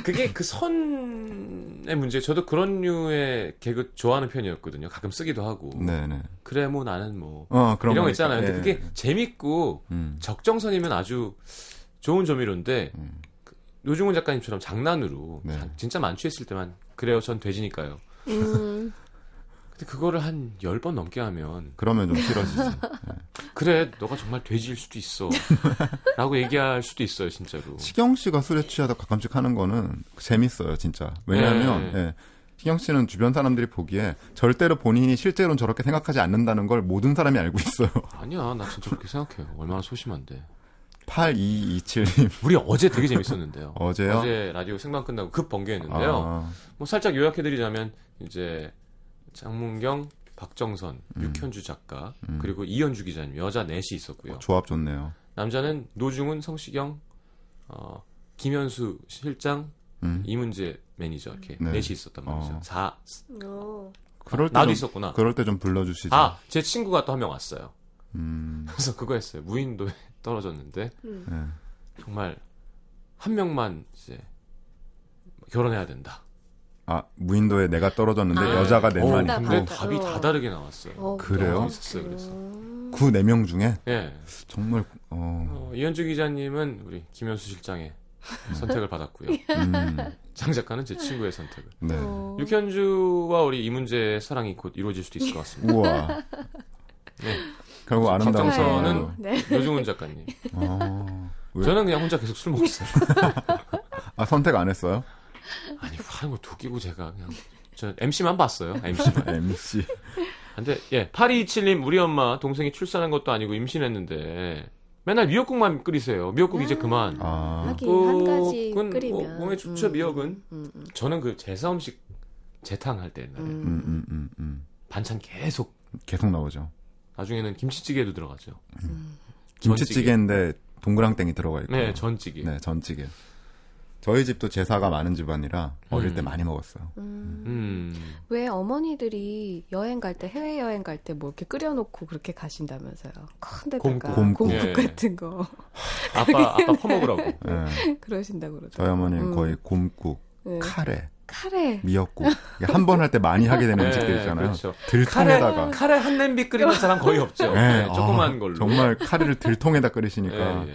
S1: 그게 그 선의 문제. 저도 그런 류의 개그 좋아하는 편이었거든요. 가끔 쓰기도 하고.
S2: 네네.
S1: 그래, 뭐 나는 뭐.
S2: 어, 음. 그런
S1: 이런 거
S2: 거니까.
S1: 있잖아요. 근데
S2: 예.
S1: 그게 재밌고
S2: 음.
S1: 적정선이면 아주 좋은 조미료인데,
S2: 음.
S1: 그 노중훈 작가님처럼 장난으로,
S2: 네.
S1: 자- 진짜 만취했을 때만, 그래요, 전 돼지니까요.
S3: 음.
S1: 근데 그거를 한 10번 넘게 하면,
S2: 그러면 좀 싫어지지.
S1: 그래, 너가 정말 돼지일 수도 있어. 라고 얘기할 수도 있어요, 진짜로.
S2: 시경 씨가 술에 취하다 가끔씩 하는 거는 재밌어요, 진짜. 왜냐하면
S1: 네.
S2: 예, 시경 씨는 주변 사람들이 보기에 절대로 본인이 실제로는 저렇게 생각하지 않는다는 걸 모든 사람이 알고 있어요.
S1: 아니야, 나 진짜 그렇게 생각해요. 얼마나 소심한데.
S2: 8227님
S1: 우리 어제 되게 재밌었는데요.
S2: 어제요.
S1: 어제 라디오 생방 끝나고 급 번개했는데요.
S2: 아,
S1: 뭐 살짝 요약해드리자면 이제 장문경, 박정선,
S2: 음.
S1: 육현주 작가 그리고 이현주 기자님 여자 넷이 있었고요.
S2: 조합 좋네요.
S1: 남자는 노중훈, 성시경, 어, 김현수 실장,
S2: 음.
S1: 이문재 매니저 이렇게
S2: 네.
S1: 넷이 있었단 말이죠.
S2: 어.
S1: 사
S3: 음. 오.
S2: 그럴 때
S1: 나도
S2: 좀,
S1: 있었구나.
S2: 그럴 때 좀 불러주시죠.
S1: 아 제 친구가 또 한 명 왔어요.
S2: 음,
S1: 그래서 그거 했어요. 무인도에 떨어졌는데
S3: 음.
S2: 예.
S1: 정말 한 명만 이제 결혼해야 된다.
S2: 아 무인도에 내가 떨어졌는데
S3: 아,
S2: 여자가
S1: 어,
S2: 네만
S3: 다
S1: 근데
S2: 있고
S3: 봤다.
S1: 답이 다 다르게 나왔어요.
S3: 어,
S2: 그래요?
S1: 너무 재밌었어요, 그래서.
S3: 음.
S2: 구 네 명 중에
S1: 예.
S2: 정말 어,
S1: 어, 이현주 기자님은 우리 김현수 실장의 선택을 받았고요.
S2: 음,
S1: 장 작가는 제 친구의 선택을.
S2: 네.
S3: 어.
S1: 육현주와 우리 이문재의 사랑이 곧 이루어질 수도 있을 것 같습니다.
S2: 우와.
S1: 네.
S2: 결국 아름다운
S1: 박정선은-
S2: 사랑으로.
S3: 네.
S1: 노중훈 작가님.
S2: 어, 왜?
S1: 저는 그냥 혼자 계속 술 먹고 있어요.
S2: 아 선택 안 했어요?
S1: 아니, 하는 거두 끼고 제가 그냥. 저 MC만 봤어요. MC만.
S2: MC.
S1: 근데 예, 8227님 우리 엄마 동생이 출산한 것도 아니고 임신했는데 맨날 미역국만 끓이세요. 미역국 이제 그만.
S2: 아,
S3: 하긴 한 가지
S1: 그건 뭐
S3: 끓이면
S1: 몸에 좋죠, 미역은.
S3: 음, 음,
S1: 저는 그 제사 음식 재탕 할 때 옛날에
S3: 음.
S2: 음, 음, 음, 음.
S1: 반찬 계속
S2: 계속 나오죠.
S1: 나중에는 김치찌개도 들어가죠.
S3: 음.
S2: 김치찌개인데 동그랑땡이 들어가 있고.
S1: 네, 전찌개.
S2: 네, 전찌개. 저희 집도 제사가 많은 집안이라 어릴
S1: 음.
S2: 때 많이 먹었어요.
S3: 음.
S1: 음.
S3: 왜 어머니들이 여행 갈 때 해외 여행 갈 때 뭐 이렇게 끓여놓고 그렇게 가신다면서요? 큰 데다가
S2: 곰국.
S3: 곰국,
S1: 예.
S3: 같은 거
S1: 아빠 아빠 퍼먹으라고.
S2: 예.
S3: 그러신다고 그러죠.
S2: 저희 어머니는
S3: 음.
S2: 거의 곰국,
S3: 예.
S2: 카레,
S3: 카레.
S2: 미역국. 한 번 할 때 많이 하게 되는
S1: 네,
S2: 음식들 있잖아요.
S1: 그렇죠.
S2: 들통에다가.
S1: 카레 한 냄비 끓이는 사람 거의 없죠.
S2: 예,
S1: 네, 조그만
S2: 아,
S1: 걸로.
S2: 정말 그러니까. 카레를 들통에다
S1: 예,
S2: 끓이시니까.
S1: 예.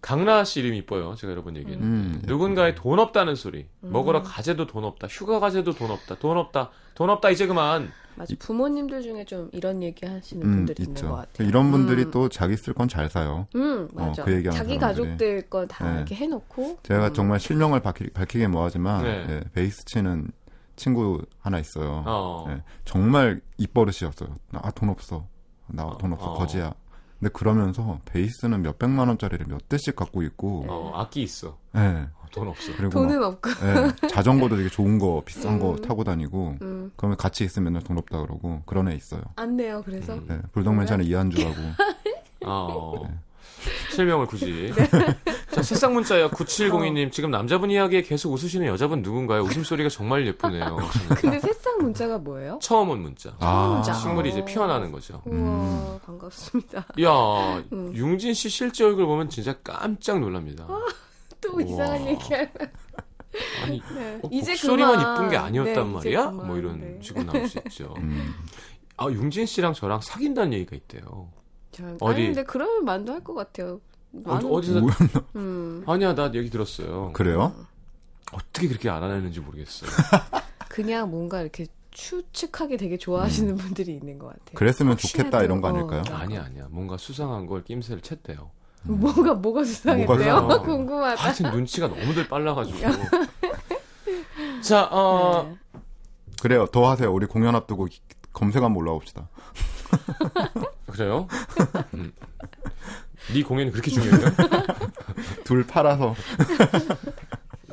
S1: 강라 씨 이름 이뻐요. 제가 여러 번 얘기했는데.
S2: 음, 예.
S1: 누군가의 돈 없다는 소리.
S3: 음.
S1: 먹으러 가재도 돈 없다. 휴가 가재도 돈 없다. 돈 없다. 돈 없다 이제 그만.
S3: 맞아. 부모님들 중에 좀 이런 얘기 하시는
S2: 음,
S3: 분들이 있는 것
S2: 있죠.
S3: 같아요.
S2: 이런 분들이
S3: 음.
S2: 또 자기 쓸 건 잘 사요.
S3: 음, 맞아.
S2: 그 얘기하는 사람들이.
S3: 자기 가족들 거 다
S2: 네.
S3: 이렇게 해놓고.
S2: 제가
S3: 음.
S2: 정말 실명을 밝히, 밝히긴 뭐하지만
S1: 네.
S2: 예, 베이스 치는 친구 하나 있어요.
S1: 어.
S2: 예, 정말 입버릇이었어요. 아 돈 없어. 나 돈 없어.
S1: 어.
S2: 거지야. 근데 그러면서 베이스는 몇 백만 원짜리를 몇 대씩 갖고 있고,
S1: 어, 악기 있어.
S2: 예,
S1: 돈 없어.
S2: 그리고
S3: 돈은 없고.
S2: 막, 예, 자전거도 되게 좋은 거 비싼 거
S3: 음.
S2: 타고 다니고,
S3: 음,
S2: 그러면 같이 있으면 맨날 돈 없다 그러고 그런 애 있어요.
S3: 안 내요. 그래서
S1: 음.
S2: 예, 불독맨샤는 이한주라고.
S1: 어, 실명을 굳이.
S3: 네.
S1: 자, 새싹 문자요. 9702님. 지금 남자분 이야기에 계속 웃으시는 여자분 누군가요? 웃음소리가 정말 예쁘네요.
S3: 근데 새싹 문자가 뭐예요?
S1: 처음 온 문자.
S2: 아,
S3: 혼자.
S1: 식물이 이제 피어나는 거죠.
S3: 음. 우와
S1: 음.
S3: 반갑습니다.
S1: 이야,
S3: 음.
S1: 융진 씨 실제 얼굴 보면 진짜 깜짝 놀랍니다.
S3: 아. 또
S1: 우와.
S3: 이상한 얘기할
S1: 아니,
S3: 네.
S1: 어,
S3: 이제
S1: 목소리만
S3: 그만.
S1: 이쁜 게 아니었단
S3: 네, 이제
S1: 말이야?
S3: 그만.
S1: 뭐 이런
S3: 네.
S1: 식으로 나올 수 있죠.
S2: 음,
S1: 아, 융진 씨랑 저랑 사귄다는 얘기가 있대요.
S3: 저-
S1: 어디?
S3: 아니 근데 그러면 만도 할 것 같아요.
S1: 어,
S3: 많은-
S1: 어디서?
S2: 뭐야?
S3: 음.
S1: 아니야, 나 얘기 들었어요.
S2: 그래요?
S1: 어떻게 그렇게 알아내는지 모르겠어요.
S3: 그냥 뭔가 이렇게 추측하기 되게 좋아하시는
S1: 음.
S3: 분들이 있는 것 같아요.
S2: 그랬으면
S3: 혹시라도,
S2: 좋겠다 이런 거
S3: 어,
S2: 아닐까요?
S3: 나-
S1: 아니야 아니야 뭔가 수상한 걸 낌새를 챘대요.
S3: 뭐가 뭐가 수상했대요?
S2: 수상해요?
S3: 궁금하다.
S1: 하여튼 눈치가 너무들 빨라가지고. 자, 어,
S3: 네.
S2: 그래요. 더 하세요. 우리 공연 앞두고 기- 검색 한번 올라옵시다.
S3: 네.
S1: 그래요? 음. 네 공연이 그렇게 중요해요?
S2: 둘 팔아서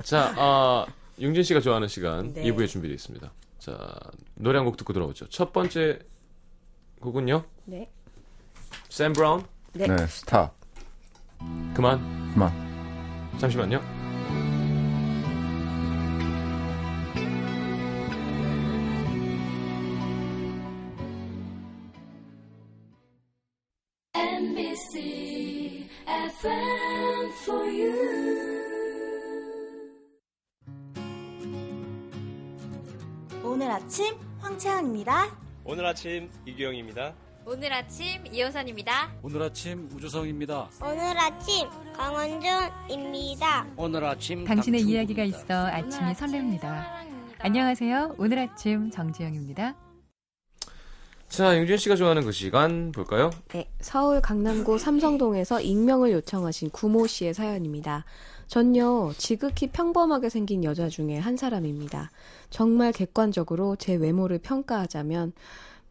S1: 자, 아, 융진 씨가 좋아하는 시간
S4: 네.
S1: 2부에 준비되어 있습니다. 자, 노래 한 곡 듣고 돌아오죠. 첫 번째 곡은요.
S4: 네.
S1: 샘 브라운.
S4: 네.
S2: 네 스타
S1: 그만.
S2: 그만.
S1: 잠시만요.
S5: NBC FM for you.
S4: 오늘 아침 황채원입니다.
S6: 오늘 아침 이규영입니다.
S7: 오늘 아침 이호선입니다.
S8: 오늘 아침 우주성입니다.
S9: 오늘 아침 강원준입니다.
S8: 오늘 아침
S10: 당신의
S8: 강충구입니다.
S10: 이야기가 있어 아침이 설렙니다. 안녕하세요. 오늘 아침 정지영입니다.
S1: 자, 융진 씨가 좋아하는 그 시간 볼까요?
S3: 네, 서울 강남구 삼성동에서 익명을 요청하신 구모 씨의 사연입니다. 전요, 지극히 평범하게 생긴 여자 중에 한 사람입니다. 정말 객관적으로 제 외모를 평가하자면,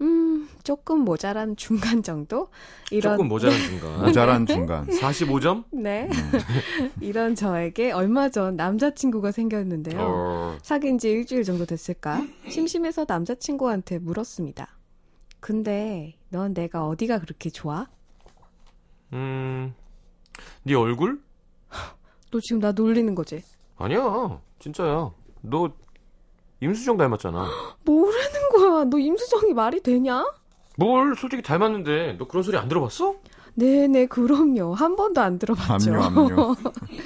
S3: 음, 조금 모자란 중간 정도? 이런,
S1: 조금 모자란 중간.
S2: 모자란 중간.
S1: 45점?
S3: 네.
S1: 음.
S3: 이런 저에게 얼마 전 남자친구가 생겼는데요.
S1: 어.
S3: 사귄 지 일주일 정도 됐을까? 심심해서 남자친구한테 물었습니다. 근데 넌 내가 어디가 그렇게 좋아?
S1: 음. 네 얼굴?
S3: 너 지금 나 놀리는 거지?
S1: 아니야. 진짜야. 너 임수정 닮았잖아.
S3: 뭐라는 거야? 너 임수정이 말이 되냐?
S1: 뭘 솔직히 닮았는데 너 그런 소리 안 들어봤어?
S3: 네네, 그럼요. 한 번도 안 들어봤죠.
S2: 압류, 압류.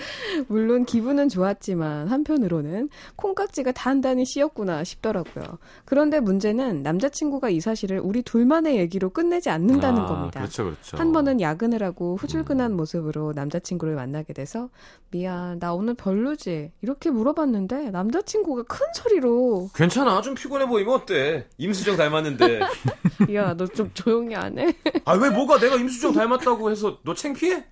S3: 물론 기분은 좋았지만 한편으로는 콩깍지가 단단히 씌었구나 싶더라고요. 그런데 문제는 남자친구가 이 사실을 우리 둘만의 얘기로 끝내지 않는다는
S1: 아,
S3: 겁니다.
S1: 그렇죠, 그렇죠.
S3: 한 번은 야근을 하고 후줄근한
S1: 음.
S3: 모습으로 남자친구를 만나게 돼서 미안 나 오늘 별로지 이렇게 물어봤는데 남자친구가 큰 소리로
S1: 괜찮아. 좀 피곤해 보이면 어때? 임수정 닮았는데.
S3: 야 너 좀 조용히 안 해?
S1: 아 왜 뭐가 내가 임수정 닮았다고 해서 너 창피해?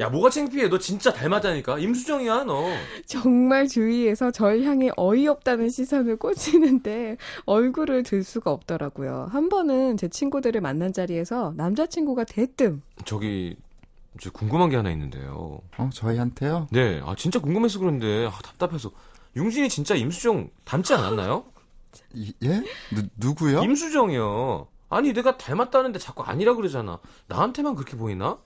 S1: 야 뭐가 창피해? 너 진짜 닮았다니까. 임수정이야 너.
S3: 정말 주위에서 절 향해 어이없다는 시선을 꽂히는데 얼굴을 들 수가 없더라고요. 한 번은 제 친구들을 만난 자리에서 남자친구가 대뜸
S1: 저기 이제 궁금한 게 하나 있는데요.
S2: 어 저희한테요?
S1: 네, 아 진짜 궁금해서 그런데 아, 답답해서 융진이 진짜 임수정 닮지 않았나요?
S2: 이- 예? 누, 누구요?
S1: 임수정이요. 아니 내가 닮았다는데 자꾸 아니라 그러잖아. 나한테만 그렇게 보이나?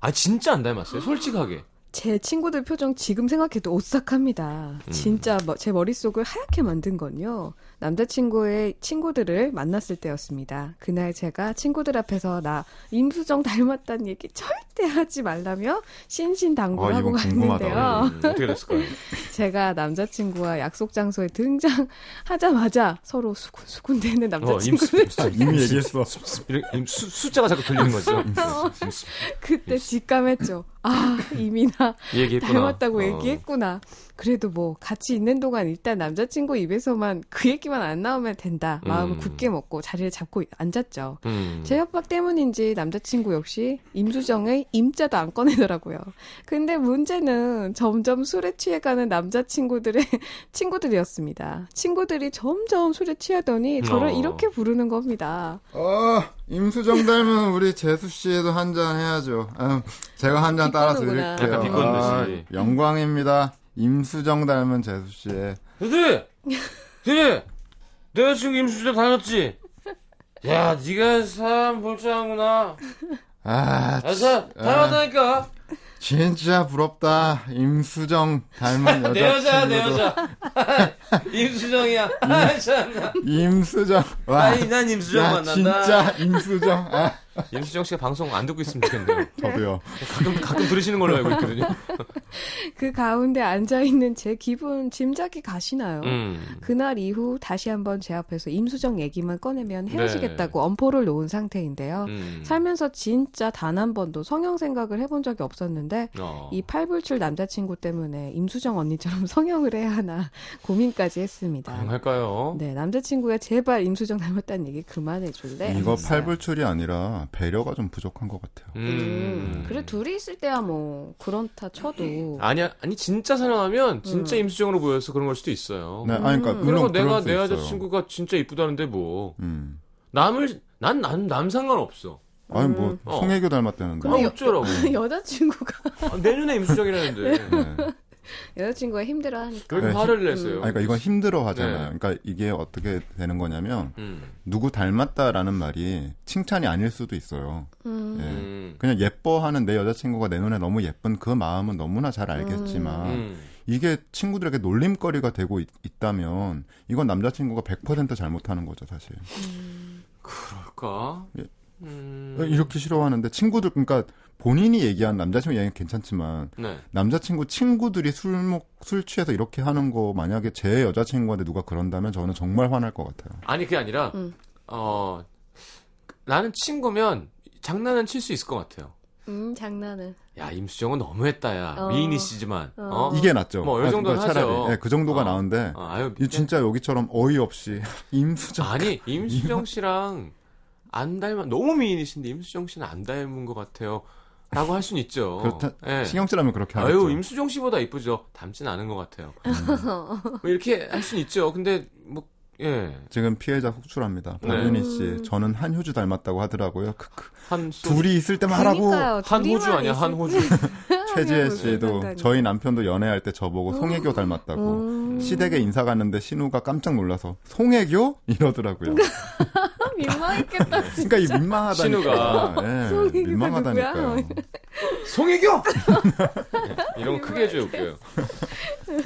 S1: 아 진짜 안 닮았어요. 솔직하게.
S3: 제 친구들 표정 지금 생각해도 오싹합니다.
S1: 음.
S3: 진짜 머- 제 머릿속을 하얗게 만든 건요. 남자친구의 친구들을 만났을 때였습니다. 그날 제가 친구들 앞에서 나 임수정 닮았다는 얘기 절대 하지 말라며
S2: 아,
S3: 신신당부하고
S2: 이건 궁금하다.
S3: 갔는데요.
S1: 음, 어떻게 됐을까요?
S3: 제가 남자친구와 약속 장소에 등장하자마자 서로 수군수군대는
S1: 어, 임수,
S3: 남자친구를
S2: 아,
S1: 임수,
S2: 이미 얘기했어.
S1: 이렇게 임- 수, 숫자가 자꾸 들리는 거죠. 임수.
S3: 그때 직감했죠. 아 이미 나
S1: 얘기했구나.
S3: 닮았다고
S1: 어.
S3: 얘기했구나. 그래도 뭐 같이 있는 동안 일단 남자친구 입에서만 그 얘기만 안 나오면 된다. 마음을
S1: 음.
S3: 굳게 먹고 자리를 잡고 앉았죠.
S1: 음.
S3: 제 협박 때문인지 남자친구 역시 임수정의 임자도 안 꺼내더라고요. 근데 문제는 점점 술에 취해가는 남자친구들의 친구들이었습니다. 친구들이 점점 술에 취하더니 저를
S1: 어.
S3: 이렇게 부르는 겁니다.
S2: 어, 임수정 닮은 우리 재수 씨에도 한 잔 해야죠. 아, 제가 한 잔 따라
S3: 비꼬는구나.
S2: 드릴게요.
S1: 약간 비꼬는 듯이.
S2: 아, 영광입니다. 임수정 닮은 재수 씨의
S1: 그래! 그래! 내가 지금 임수정 다녔지? 야, 네가 사람 볼 줄 아는구나.
S2: 아
S1: 야, 사람 닮았다니까.
S2: 진짜 부럽다. 임수정 닮은
S1: 내 여자야,
S2: 여자
S1: 내
S2: 친구도
S1: 여자. 임수정이야. 아이, 참나.
S2: 임수정 와,
S1: 아니, 난 임수정
S2: 야,
S1: 만난다.
S2: 진짜 임수정. 아,
S1: 임수정 씨가 방송 안 듣고 있으면 좋겠네요.
S2: 저도요.
S1: 가끔 가끔 들으시는 걸로 알고 있거든요.
S3: 그 가운데 앉아있는 제 기분 짐작이 가시나요?
S1: 음.
S3: 그날 이후 다시 한번 제 앞에서 임수정 얘기만 꺼내면 헤어지겠다고 엄포를 놓은 상태인데요.
S1: 네. 음.
S3: 살면서 진짜 단 한 번도 성형 생각을 해본 적이 없었는데
S1: 어.
S3: 이 팔불출 남자친구 때문에 임수정 언니처럼 성형을 해야 하나 고민까지 했습니다.
S1: 가능할까요?
S3: 네, 남자친구야 제발 임수정 닮았다는 얘기 그만해
S1: 네,
S3: 줄래?
S2: 이거 팔불출이 아니라 배려가 좀 부족한 것 같아요.
S1: 음.
S3: 음, 그래 둘이 있을 때야 뭐 그런다 쳐도
S1: 아니야, 아니 진짜 사랑하면 진짜
S3: 음.
S1: 임수정으로 보여서 그런 걸 수도 있어요.
S2: 네, 아니, 그러니까
S3: 음.
S1: 그리고
S2: 물론
S1: 내가
S2: 그럴 수
S1: 내
S2: 있어요.
S1: 여자친구가 진짜 이쁘다는데 뭐
S2: 음.
S1: 남을 난 남 남 상관없어.
S2: 아니 뭐
S1: 음.
S2: 송혜교 닮았다는데.
S1: 아, 어쩌라고.
S3: 여자친구가
S1: 아, 내 눈에 임수정이라는데.
S2: 네.
S3: 여자친구가 힘들어하니까
S1: 그렇게
S2: 네,
S1: 화를 내세요.
S2: 아니, 그러니까 이건 힘들어 하잖아요.
S1: 네.
S2: 그러니까 이게 어떻게 되는 거냐면
S1: 음.
S2: 누구 닮았다라는 말이 칭찬이 아닐 수도 있어요.
S3: 음.
S2: 예.
S1: 음.
S2: 그냥 예뻐하는 내 여자친구가 내 눈에 너무 예쁜 그 마음은 너무나 잘 알겠지만
S1: 음.
S2: 이게 친구들에게 놀림거리가 되고 있, 다면 이건 남자친구가 100% 잘못하는 거죠 사실.
S1: 그럴까?
S2: 예.
S1: 음.
S2: 이렇게 싫어하는데 친구들 그러니까 본인이 얘기한 남자친구 얘기는 괜찮지만
S1: 네.
S2: 남자친구 친구들이 술 먹, 술 취해서 이렇게 하는 거 만약에 제 여자친구한테 누가 그런다면 저는 정말 화날 것 같아요.
S1: 아니 그게 아니라
S3: 음.
S1: 어 나는 친구면 장난은 칠 수 있을 것 같아요.
S3: 음, 장난을.
S1: 야 임수정은 너무했다야
S3: 어.
S1: 미인이시지만 어.
S3: 어.
S2: 이게 낫죠.
S1: 뭐이
S2: 아,
S1: 정도는
S2: 그러니까 차라리.
S1: 하죠.
S2: 예, 그 정도가
S1: 어.
S2: 나은데
S1: 아, 아유
S2: 이 진짜 여기처럼 어이없이 임수정
S1: 아니 임수정 씨랑 안 닮아 너무 미인이신데 임수정 씨는 안 닮은 것 같아요.라고 할 수는 있죠.
S2: 그렇다.
S1: 예.
S2: 신경쓰라면 그렇게 하겠죠.
S1: 아유 임수정 씨보다 이쁘죠. 닮진 않은 것 같아요. 뭐 이렇게 할 수는 있죠. 근데 뭐 예.
S2: 지금 피해자 속출합니다.
S1: 네.
S2: 박윤희 씨, 저는 한효주 닮았다고 하더라고요. 크크.
S1: 한 소-
S2: 둘이 있을 때만 하라고.
S3: 그러니까요.
S1: 한
S3: 둘이만
S1: 호주 아니야
S3: 있을
S1: 한 호주.
S3: 때면
S2: 최지혜
S3: 무슨
S2: 씨도
S3: 상관이야.
S2: 저희 남편도 연애할 때 저보고
S3: 어.
S2: 송혜교 닮았다고.
S3: 음,
S2: 시댁에 인사 갔는데 신우가 깜짝 놀라서 송혜교 이러더라고요.
S3: 민망했겠다.
S2: 그러니까 이 민망하다니까.
S1: 신우가.
S2: 예,
S3: 송혜교가
S2: 민망하다니까요.
S3: 누구야?
S1: 송혜교! 예, 이런 거 크게 해줘요, 웃겨요.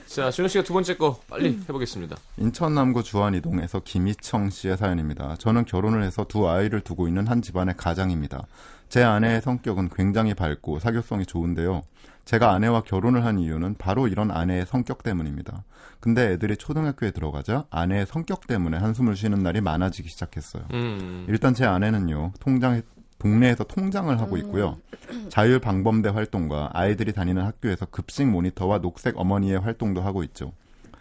S1: 자, 준호 씨가 두 번째 거 빨리
S3: 음.
S1: 해보겠습니다.
S2: 인천 남구 주안 이동에서 김희청 씨의 사연입니다. 저는 결혼을 해서 두 아이를 두고 있는 한 집안의 가장입니다. 제 아내의 성격은 굉장히 밝고 사교성이 좋은데요. 제가 아내와 결혼을 한 이유는 바로 이런 아내의 성격 때문입니다. 근데 애들이 초등학교에 들어가자 아내의 성격 때문에 한숨을 쉬는 날이 많아지기 시작했어요.
S1: 음.
S2: 일단 제 아내는요 통장 동네에서 통장을 하고 있고요 자율 방범대 활동과 아이들이 다니는 학교에서 급식 모니터와 녹색 어머니의 활동도 하고 있죠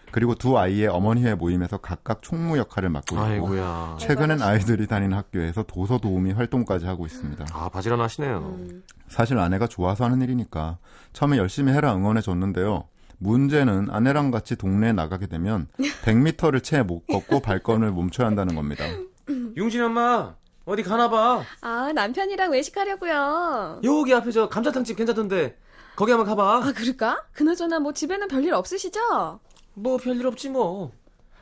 S2: 그리고 두 아이의 어머니회 모임에서 각각 총무 역할을 맡고 있고
S1: 아이고야.
S2: 최근엔 아이들이 다니는 학교에서 도서 도우미 활동까지 하고 있습니다
S1: 아, 바지런 하시네요.
S3: 음.
S2: 사실 아내가 좋아서 하는 일이니까 처음에 열심히 해라 응원해 줬는데요. 문제는 아내랑 같이 동네에 나가게 되면 100m를 채 못 걷고 발걸음을 멈춰야 한다는 겁니다.
S1: 융진 엄마, 어디 가나봐.
S3: 아, 남편이랑 외식하려고요.
S1: 여기 앞에 저 감자탕집 괜찮던데. 거기 한번 가봐.
S3: 아, 그럴까? 그나저나 뭐 집에는 별일
S2: 아.
S3: 없으시죠?
S1: 뭐 별일 없지 뭐.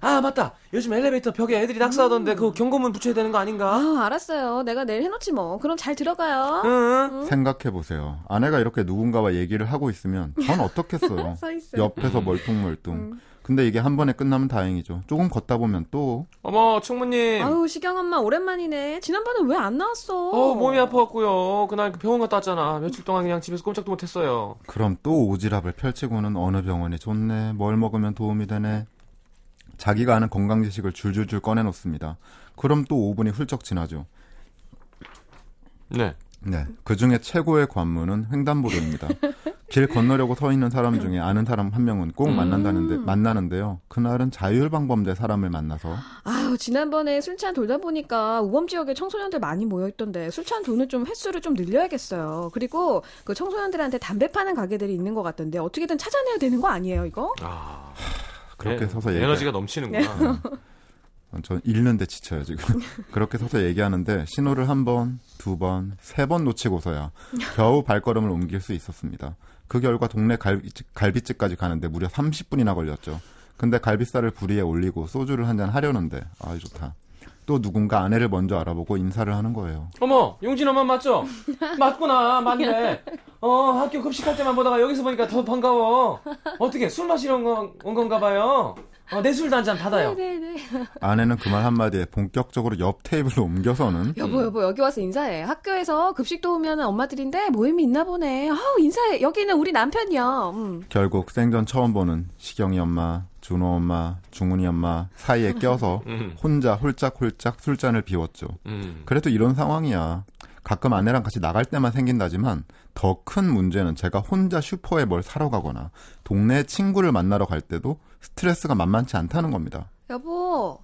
S1: 아, 맞다. 요즘 엘리베이터 벽에 애들이 낙서하던데
S3: 음.
S1: 그거 경고문 붙여야 되는 거 아닌가?
S3: 아, 알았어요. 내가 내일 해놓지 뭐. 그럼 잘 들어가요.
S1: 응.
S2: 생각해보세요. 아내가 이렇게 누군가와 얘기를 하고 있으면 전 어떻겠어요.
S3: 서 있어요.
S2: 옆에서 멀뚱멀뚱. 근데 이게 한 번에 끝나면 다행이죠. 조금 걷다 보면 또
S1: 어머, 총무님.
S3: 아우, 시경 엄마 오랜만이네. 지난번에 왜 안 나왔어?
S1: 어, 몸이 아파갖고요. 그날 그 병원 갔다 왔잖아. 며칠 동안 그냥 집에서 꼼짝도 못했어요.
S2: 그럼 또 오지랖을 펼치고는 어느 병원이 좋네, 뭘 먹으면 도움이 되네. 자기가 아는 건강 지식을 줄줄줄 꺼내놓습니다. 그럼 또 5분이 훌쩍 지나죠.
S1: 네.
S2: 네. 그 중에 최고의 관문은 횡단보도입니다. 길 건너려고 서 있는 사람 중에 아는 사람 한 명은 꼭 만난다는데, 만나는데요. 그날은 자율방범대 사람을 만나서
S3: 아우, 지난번에 술찬 돌다 보니까 우범 지역에 청소년들 많이 모여있던데 술찬 도는 좀 횟수를 좀 늘려야겠어요. 그리고 그 청소년들한테 담배 파는 가게들이 있는 것 같던데 어떻게든 찾아내야 되는 거 아니에요, 이거?
S1: 아.
S2: 그렇게
S1: 네,
S2: 서서 얘기
S1: 에너지가
S3: 네.
S1: 넘치는구나.
S2: 어, 전 읽는데 지쳐요 지금. 그렇게 서서 얘기하는데 신호를 한 번, 두 번, 세 번 놓치고서야 겨우 발걸음을 옮길 수 있었습니다. 그 결과 동네 갈비집, 갈비집까지 가는데 무려 30분이나 걸렸죠. 근데 갈비살을 부리에 올리고 소주를 한 잔 하려는데 아 좋다. 또 누군가 아내를 먼저 알아보고 인사를 하는 거예요.
S1: 어머, 용진 엄마 맞죠? 맞구나, 맞네. 어, 학교 급식할 때만 보다가 여기서 보니까 더 반가워. 어떻게 술 마시러 온, 건, 온 건가 봐요.
S11: 어, 내 술도 한 잔 받아요.
S3: 네네.
S1: 음.
S2: 아내는 그 말 한마디에 본격적으로 옆 테이블로 옮겨서는
S3: 여보 여보 여기 와서 인사해. 학교에서 급식도 오면 엄마들인데 모임이 있나 보네. 아 인사해. 여기는 우리 남편이야. 음.
S2: 결국 생전 처음 보는 시경이 엄마, 준호 엄마, 중훈이 엄마 사이에 껴서
S1: 음.
S2: 혼자 홀짝홀짝 술잔을 비웠죠.
S1: 음.
S2: 그래도 이런 상황이야. 가끔 아내랑 같이 나갈 때만 생긴다지만 더 큰 문제는 제가 혼자 슈퍼에 뭘 사러 가거나 동네 친구를 만나러 갈 때도 스트레스가 만만치 않다는 겁니다.
S3: 여보,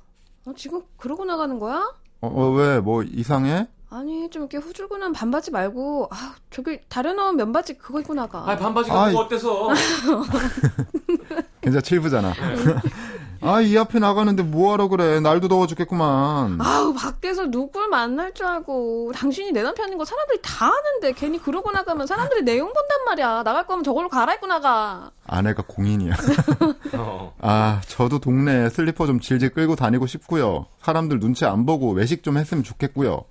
S3: 어, 지금 그러고 나가는 거야?
S2: 어, 어, 왜? 뭐 이상해?
S3: 아니 좀 이렇게 후줄근한 반바지 말고 아 저기 다려놓은 면바지 그거 입고 나가.
S11: 아, 반바지가
S2: 아이.
S11: 뭐 어때서?
S2: 괜찮아, 칠부잖아. 아, 이 앞에 나가는데 뭐하러 그래. 날도 더워 죽겠구만.
S3: 아우 밖에서 누굴 만날 줄 알고 당신이 내 남편인 거 사람들이 다 아는데 괜히 그러고 나가면 사람들이 내용 본단 말이야. 나갈 거면 저걸로 갈아입고 나가.
S2: 아내가 공인이야.
S1: 어.
S2: 아, 저도 동네에 슬리퍼 좀 질질 끌고 다니고 싶고요. 사람들 눈치 안 보고 외식 좀 했으면 좋겠고요.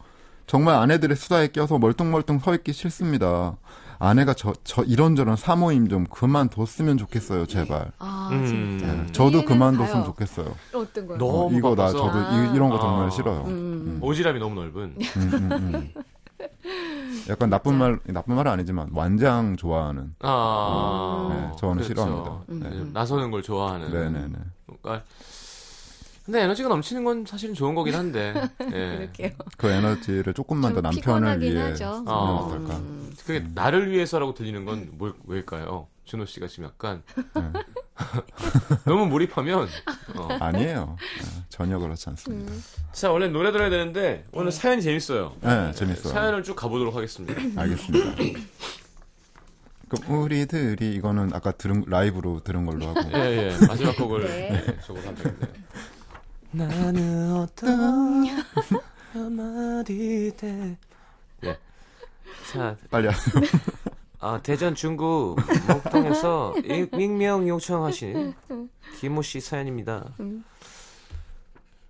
S2: 정말 아내들의 수다에 껴서 멀뚱멀뚱 서 있기 싫습니다. 아내가 저, 저 이런저런 사모임 좀 그만뒀으면 좋겠어요, 제발. 예,
S3: 아
S1: 음.
S3: 진짜.
S1: 네,
S2: 저도
S3: 이해는
S2: 그만뒀으면
S3: 가요.
S2: 좋겠어요.
S3: 어떤 거야?
S1: 너-
S2: 어,
S1: 너무
S2: 이거 나
S1: 바빠서.
S2: 저도
S3: 아.
S2: 이, 런
S1: 아.
S2: 거 정말 싫어요.
S3: 음.
S1: 오지랖이 너무 넓은.
S2: 음, 음, 음. 약간 나쁜 말 나쁜 말은 아니지만 완장 좋아하는.
S1: 아,
S2: 네, 저는 싫어합니다.
S1: 네,
S3: 음.
S1: 나서는 걸 좋아하는.
S2: 네네네.
S1: 그러니까 근데 에너지가 넘치는 건 사실은 좋은 거긴 한데. 예.
S3: 이렇게요.
S2: 그 에너지를 조금만 더
S3: 좀
S2: 남편을
S3: 피곤하긴
S2: 위해
S3: 하죠.
S2: 쓰면
S1: 아.
S2: 어떨까.
S3: 음.
S1: 그게 나를 위해서라고 들리는 건 뭘, 왜일까요? 준호 씨가 지금 약간 너무 몰입하면. 어.
S2: 아니에요. 네, 전혀 그렇지 않습니다.
S3: 음.
S1: 자, 원래 노래 들어야 되는데 오늘 사연이 재밌어요.
S2: 네, 재밌어요.
S1: 사연을 쭉 가보도록 하겠습니다.
S2: 알겠습니다. 그럼 우리들이 이거는 아까 들은 라이브로 들은 걸로 하고
S1: 예, 예. 마지막 곡을 네. 저거 하면 되겠네요.
S11: 나는 어떤
S1: 음.
S11: 한마디 때.
S1: 예. 자,
S2: 빨리 하세요.
S11: 아, 대전 중구 목동에서 이- 익명 요청하신 김호 씨 사연입니다.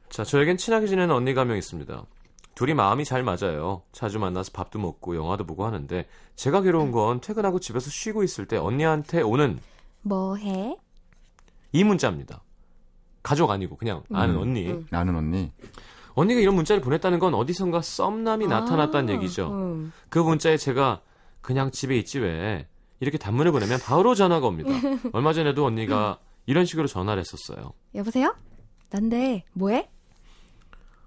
S1: 자, 저에겐 친하게 지내는 언니가 한 명 있습니다. 둘이 마음이 잘 맞아요. 자주 만나서 밥도 먹고 영화도 보고 하는데 제가 괴로운 건 퇴근하고 집에서 쉬고 있을 때 언니한테 오는
S9: 뭐해?
S1: 이 문자입니다. 가족 아니고 그냥 아는
S2: 음.
S1: 언니.
S3: 음.
S2: 나는 언니.
S1: 언니가 이런 문자를 보냈다는 건 어디선가 썸남이 나타났다는
S3: 아,
S1: 얘기죠.
S3: 음.
S1: 그 문자에 제가 그냥 집에 있지 왜 이렇게 단문을 보내면 바로 전화가 옵니다. 얼마 전에도 언니가 이런 식으로 전화를 했었어요.
S3: 여보세요? 난데 뭐해?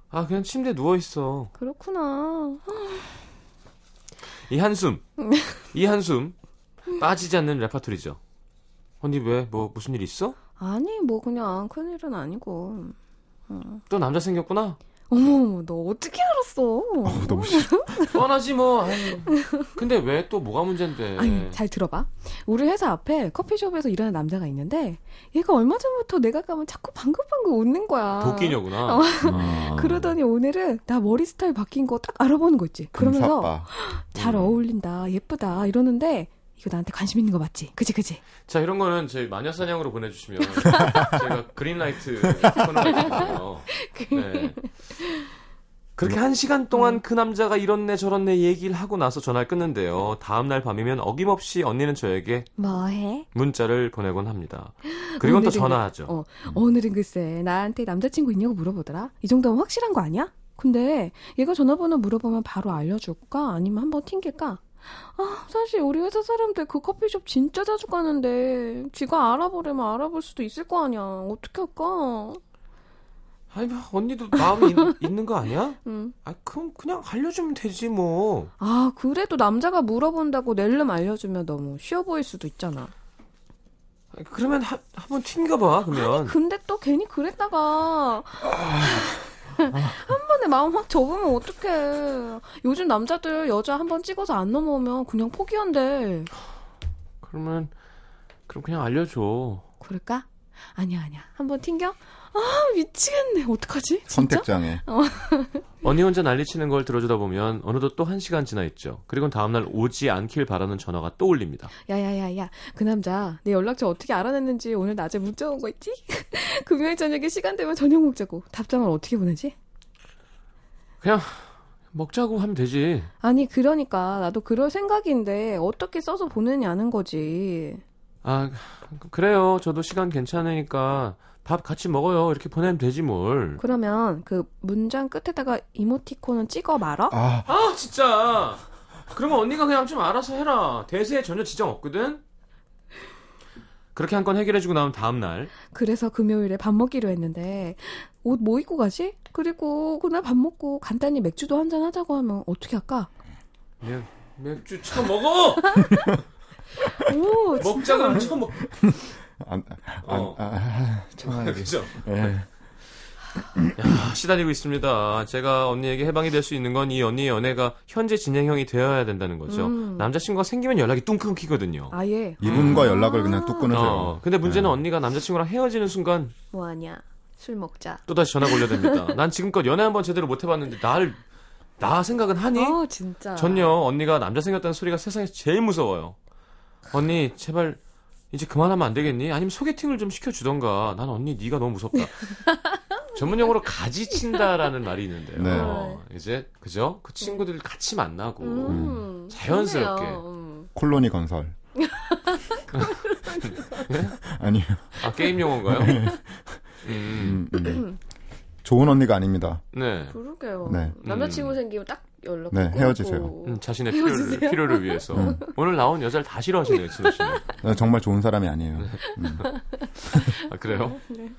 S1: 아 그냥 침대에 누워 있어.
S3: 그렇구나.
S1: 이 한숨, 이 한숨 빠지지 않는 레파토리죠. 언니 왜 뭐 무슨 일 있어?
S3: 아니 뭐 그냥 큰일은 아니고.
S1: 또 남자 생겼구나.
S3: 어머 어머 너 어떻게 알았어?
S2: 어, 너무 싫어.
S1: 뻔하지 뭐. 아유. 근데 왜 또 뭐가 문제인데?
S3: 아니, 잘 들어봐. 우리 회사 앞에 커피숍에서 일하는 남자가 있는데, 얘가 얼마 전부터 내가 가면 자꾸 방긋방긋 웃는 거야.
S1: 도끼녀구나.
S3: 어.
S2: 아,
S3: 그러더니 오늘은 나 머리 스타일 바뀐 거 딱 알아보는 거 있지. 그러면서
S2: 금사빠.
S3: 잘 어울린다, 예쁘다 이러는데, 이거 나한테 관심 있는 거 맞지? 그지, 그지?
S1: 자 이런 거는 저희 마녀사냥으로 보내주시면 제가 그린라이트 선언했거든요.
S3: 그-
S1: 네. 그렇게 한 시간 동안 그 남자가 이런네 저런네 얘기를 하고 나서 전화를 끊는데요. 다음 날 밤이면 어김없이 언니는 저에게
S9: 뭐해?
S1: 문자를 보내곤 합니다. 그리고 또
S3: 오늘은
S1: 전화하죠.
S3: 어, 오늘은 글쎄, 나한테 남자친구 있냐고 물어보더라? 이 정도면 확실한 거 아니야? 근데 얘가 전화번호 물어보면 바로 알려줄까? 아니면 한번 튕길까? 아, 사실 우리 회사 사람들 그 커피숍 진짜 자주 가는데 지가 알아보려면 알아볼 수도 있을 거 아니야. 어떻게 할까?
S1: 아니 뭐 언니도 마음이 있- 있는 거 아니야?
S3: 음.
S1: 아 그럼 그냥 알려주면 되지 뭐.
S3: 아, 그래도 남자가 물어본다고 낼름 알려주면 너무 쉬워 보일 수도 있잖아.
S1: 아니, 그러면 한- 한번 튕겨봐 그러면.
S3: 근데 또 괜히 그랬다가 한 번에 마음 확 접으면 어떡해. 요즘 남자들 여자 한 번 찍어서 안 넘어오면 그냥 포기한대.
S1: 그러면 그럼 그냥 알려줘.
S3: 그럴까? 아니야, 아니야. 한 번 튕겨? 아, 미치겠네. 어떡하지? 진짜?
S2: 선택장애.
S1: 언니 혼자 난리치는 걸 들어주다 보면 어느덧 또 한 시간 지나 있죠. 그리고 다음날 오지 않길 바라는 전화가 또 울립니다.
S3: 야야야야 그 남자 내 연락처 어떻게 알아냈는지 오늘 낮에 문자 온 거 있지? 금요일 저녁에 시간 되면 저녁 먹자고 답장을 어떻게 보내지?
S1: 먹자고 하면 되지.
S3: 아니 그러니까 나도 그럴 생각인데 어떻게 써서 보내냐는 거지
S1: 아, 그- 그래요. 저도 시간 괜찮으니까 밥 같이 먹어요. 이렇게 보내면 되지 뭘.
S3: 그러면 그 문장 끝에다가 이모티콘은 찍어 말아?
S2: 아,
S1: 아, 진짜. 그러면 언니가 그냥 좀 알아서 해라. 대세에 전혀 지장 없거든. 그렇게 한 건 해결해주고 나면 다음 날.
S3: 그래서 금요일에 밥 먹기로 했는데 옷 뭐 입고 가지? 그리고 그날 밥 먹고 간단히 맥주도 한잔 하자고 하면 어떻게 할까?
S1: 맥, 맥주 쳐 먹어.
S3: 오,
S1: 먹자 그러면 쳐 먹.
S2: 안, 안,
S1: 어.
S2: 아, 아, 참아야지.
S1: 그죠?
S2: 예.
S1: 야, 아, 시달리고 있습니다. 제가 언니에게 해방이 될 수 있는 건 이 언니의 연애가 현재 진행형이 되어야 된다는 거죠.
S3: 음.
S1: 남자친구가 생기면 연락이 뚱 끊기거든요.
S3: 아예
S2: 이분과
S3: 음.
S2: 연락을 어, 그냥 뚝 끊으세요.
S1: 어, 근데 문제는
S2: 네.
S1: 언니가 남자친구랑 헤어지는 순간
S3: 뭐하냐? 술 먹자.
S1: 또다시 전화 걸려댑니다. 난 지금껏 연애 한 번 제대로 못 해봤는데 날, 나 생각은 하니?
S3: 어 진짜.
S1: 전요, 언니가 남자 생겼다는 소리가 세상에서 제일 무서워요. 언니, 제발, 이제 그만하면 안 되겠니? 아니면 소개팅을 좀 시켜주던가. 난 언니, 네가 너무 무섭다. 전문용어로 가지친다라는 말이 있는데요.
S2: 네.
S1: 어, 이제, 그죠? 그 친구들 같이 만나고.
S3: 음,
S1: 자연스럽게.
S3: 좋네요. 음.
S2: 콜로니 건설. 아니요.
S1: 아, 게임
S2: 네.
S1: 용어인가요? 음,
S2: 음, 음. 좋은 언니가 아닙니다.
S1: 네.
S3: 그러게요.
S2: 네.
S3: 남자친구
S1: 음.
S3: 생기면 딱 연락.
S2: 네,
S3: 끊고.
S2: 헤어지세요.
S1: 음, 자신의 필요를,
S3: 헤어지세요?
S1: 필요를 위해서.
S2: 음.
S1: 오늘 나온 여자를 다 싫어하시네요, 진호 씨는.
S2: 네, 정말 좋은 사람이 아니에요. 음.
S1: 아, 그래요?
S3: 네.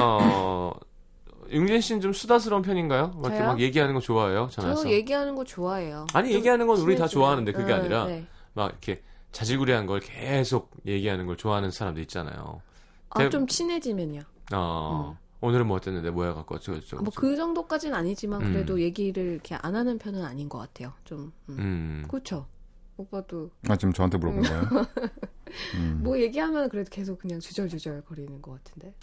S1: 어, 융진 씨는 좀 수다스러운 편인가요? 막 이렇게
S3: 저요?
S1: 막 얘기하는 거 좋아해요? 전화해서?
S3: 저 얘기하는 거 좋아해요.
S1: 아니,
S3: 좀
S1: 얘기하는 건 우리 다
S3: 친해지면.
S1: 좋아하는데 그게
S3: 네,
S1: 아니라
S3: 네.
S1: 막 이렇게 자질구레한 걸 계속 얘기하는 걸 좋아하는 사람도 있잖아요.
S3: 아, 좀 친해지면요.
S1: 어, 오늘은 뭐 어땠는데, 뭐야 갖고 어쩌고 저쩌고.
S3: 음. 뭐 그 정도까지는 아니지만
S1: 그렇죠. 음.
S3: 그래도 얘기를 이렇게 안 하는 편은 아닌 것 같아요. 좀 음.
S1: 음.
S3: 그렇죠. 오빠도
S2: 아, 지금 저한테 물어본 거예요? 음,
S3: 뭐 얘기하면 그래도 계속 그냥 주절주절 거리는 것 같은데.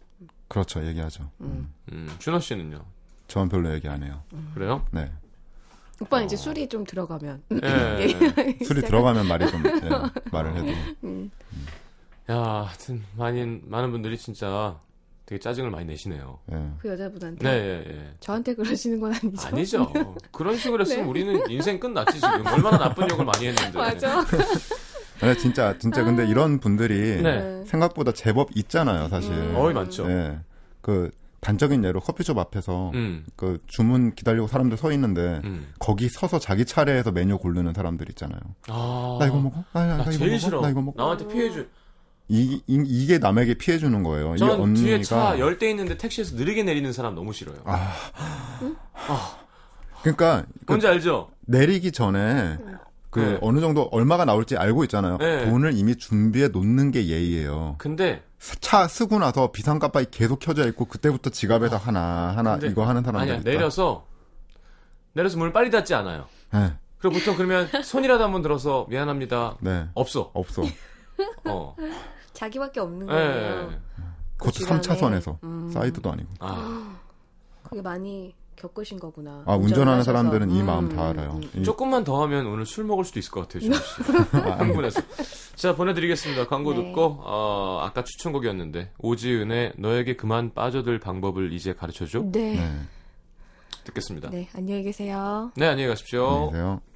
S2: 그렇죠. 얘기하죠.
S3: 음.
S1: 음, 준호 씨는요?
S2: 저는 별로 얘기 안 해요.
S1: 그래요?
S2: 네.
S3: 오빠 는
S1: 어.
S3: 이제 술이 좀 들어가면
S1: 예.
S2: 술이 들어가면 말이 좀 예, 말을 해도
S3: 음.
S1: 야, 하여튼, 많이, 많은 분들이 진짜 되게 짜증을 많이 내시네요.
S2: 예.
S3: 그 여자분한테
S1: 네, 예, 예.
S3: 저한테 그러시는 건 아니죠?
S1: 아니죠. 그런 식으로 했으면
S3: 네.
S1: 우리는 인생 끝났지, 지금. 얼마나 나쁜 욕을 많이 했는데.
S3: 맞아.
S2: 아니, 진짜 진짜 근데 이런 분들이
S1: 네.
S2: 생각보다 제법 있잖아요, 사실.
S3: 음.
S1: 어이, 많죠.
S2: 예. 그 단적인 예로 커피숍 앞에서
S1: 음,
S2: 그 주문 기다리고 사람들 서 있는데
S1: 음.
S2: 거기 서서 자기 차례에서 메뉴 고르는 사람들 있잖아요.
S1: 아.
S2: 나 이거 먹어? 아,
S1: 나
S2: 나, 나 이거
S1: 제일
S2: 먹어?
S1: 싫어.
S2: 나 이거 먹어?
S1: 나한테 피해줘.
S2: 이, 게 남에게 피해 주는 거예요. 이
S1: 전 뒤에
S2: 언니가
S1: 차 열 대 있는데 택시에서 느리게 내리는 사람 너무 싫어요.
S2: 그러니까 그
S1: 뭔지 알죠?
S2: 내리기 전에 그
S1: 네.
S2: 어느 정도 얼마가 나올지 알고 있잖아요.
S1: 네.
S2: 돈을 이미 준비해 놓는 게 예의예요.
S1: 근데
S2: 차 쓰고 나서 비상깜빡이 계속 켜져 있고 그때부터 지갑에다 하나 하나
S1: 아, 근데-
S2: 이거 하는 사람들
S1: 아니야
S2: 있다.
S1: 내려서 내려서 문을 빨리 닫지 않아요.
S2: 네,
S1: 그리고 보통 그러면 손이라도 한번 들어서 미안합니다.
S2: 네.
S1: 없어.
S2: 없어.
S1: 어.
S3: 자기밖에 없는 거예요.
S1: 예.
S2: 그것도
S3: 시간에-
S2: 3차선에서
S3: 음.
S2: 사이드도 아니고.
S1: 아.
S3: 그게 많이 겪으신 거구나.
S2: 아 운전하는
S3: 운전하셔서.
S2: 사람들은 이 마음
S3: 음.
S2: 다 알아요. 이-
S1: 조금만 더 하면 오늘 술 먹을 수도 있을 것 같아요, 준호 씨. 흥분해서. 자, 보내드리겠습니다. 광고
S3: 네.
S1: 듣고, 어, 아까 추천곡이었는데, 오지은의 너에게 그만 빠져들 방법을 이제 가르쳐줘?
S3: 네.
S2: 네.
S1: 듣겠습니다.
S3: 네, 안녕히 계세요.
S1: 네, 안녕히 가십시오.
S2: 안녕히 계세요.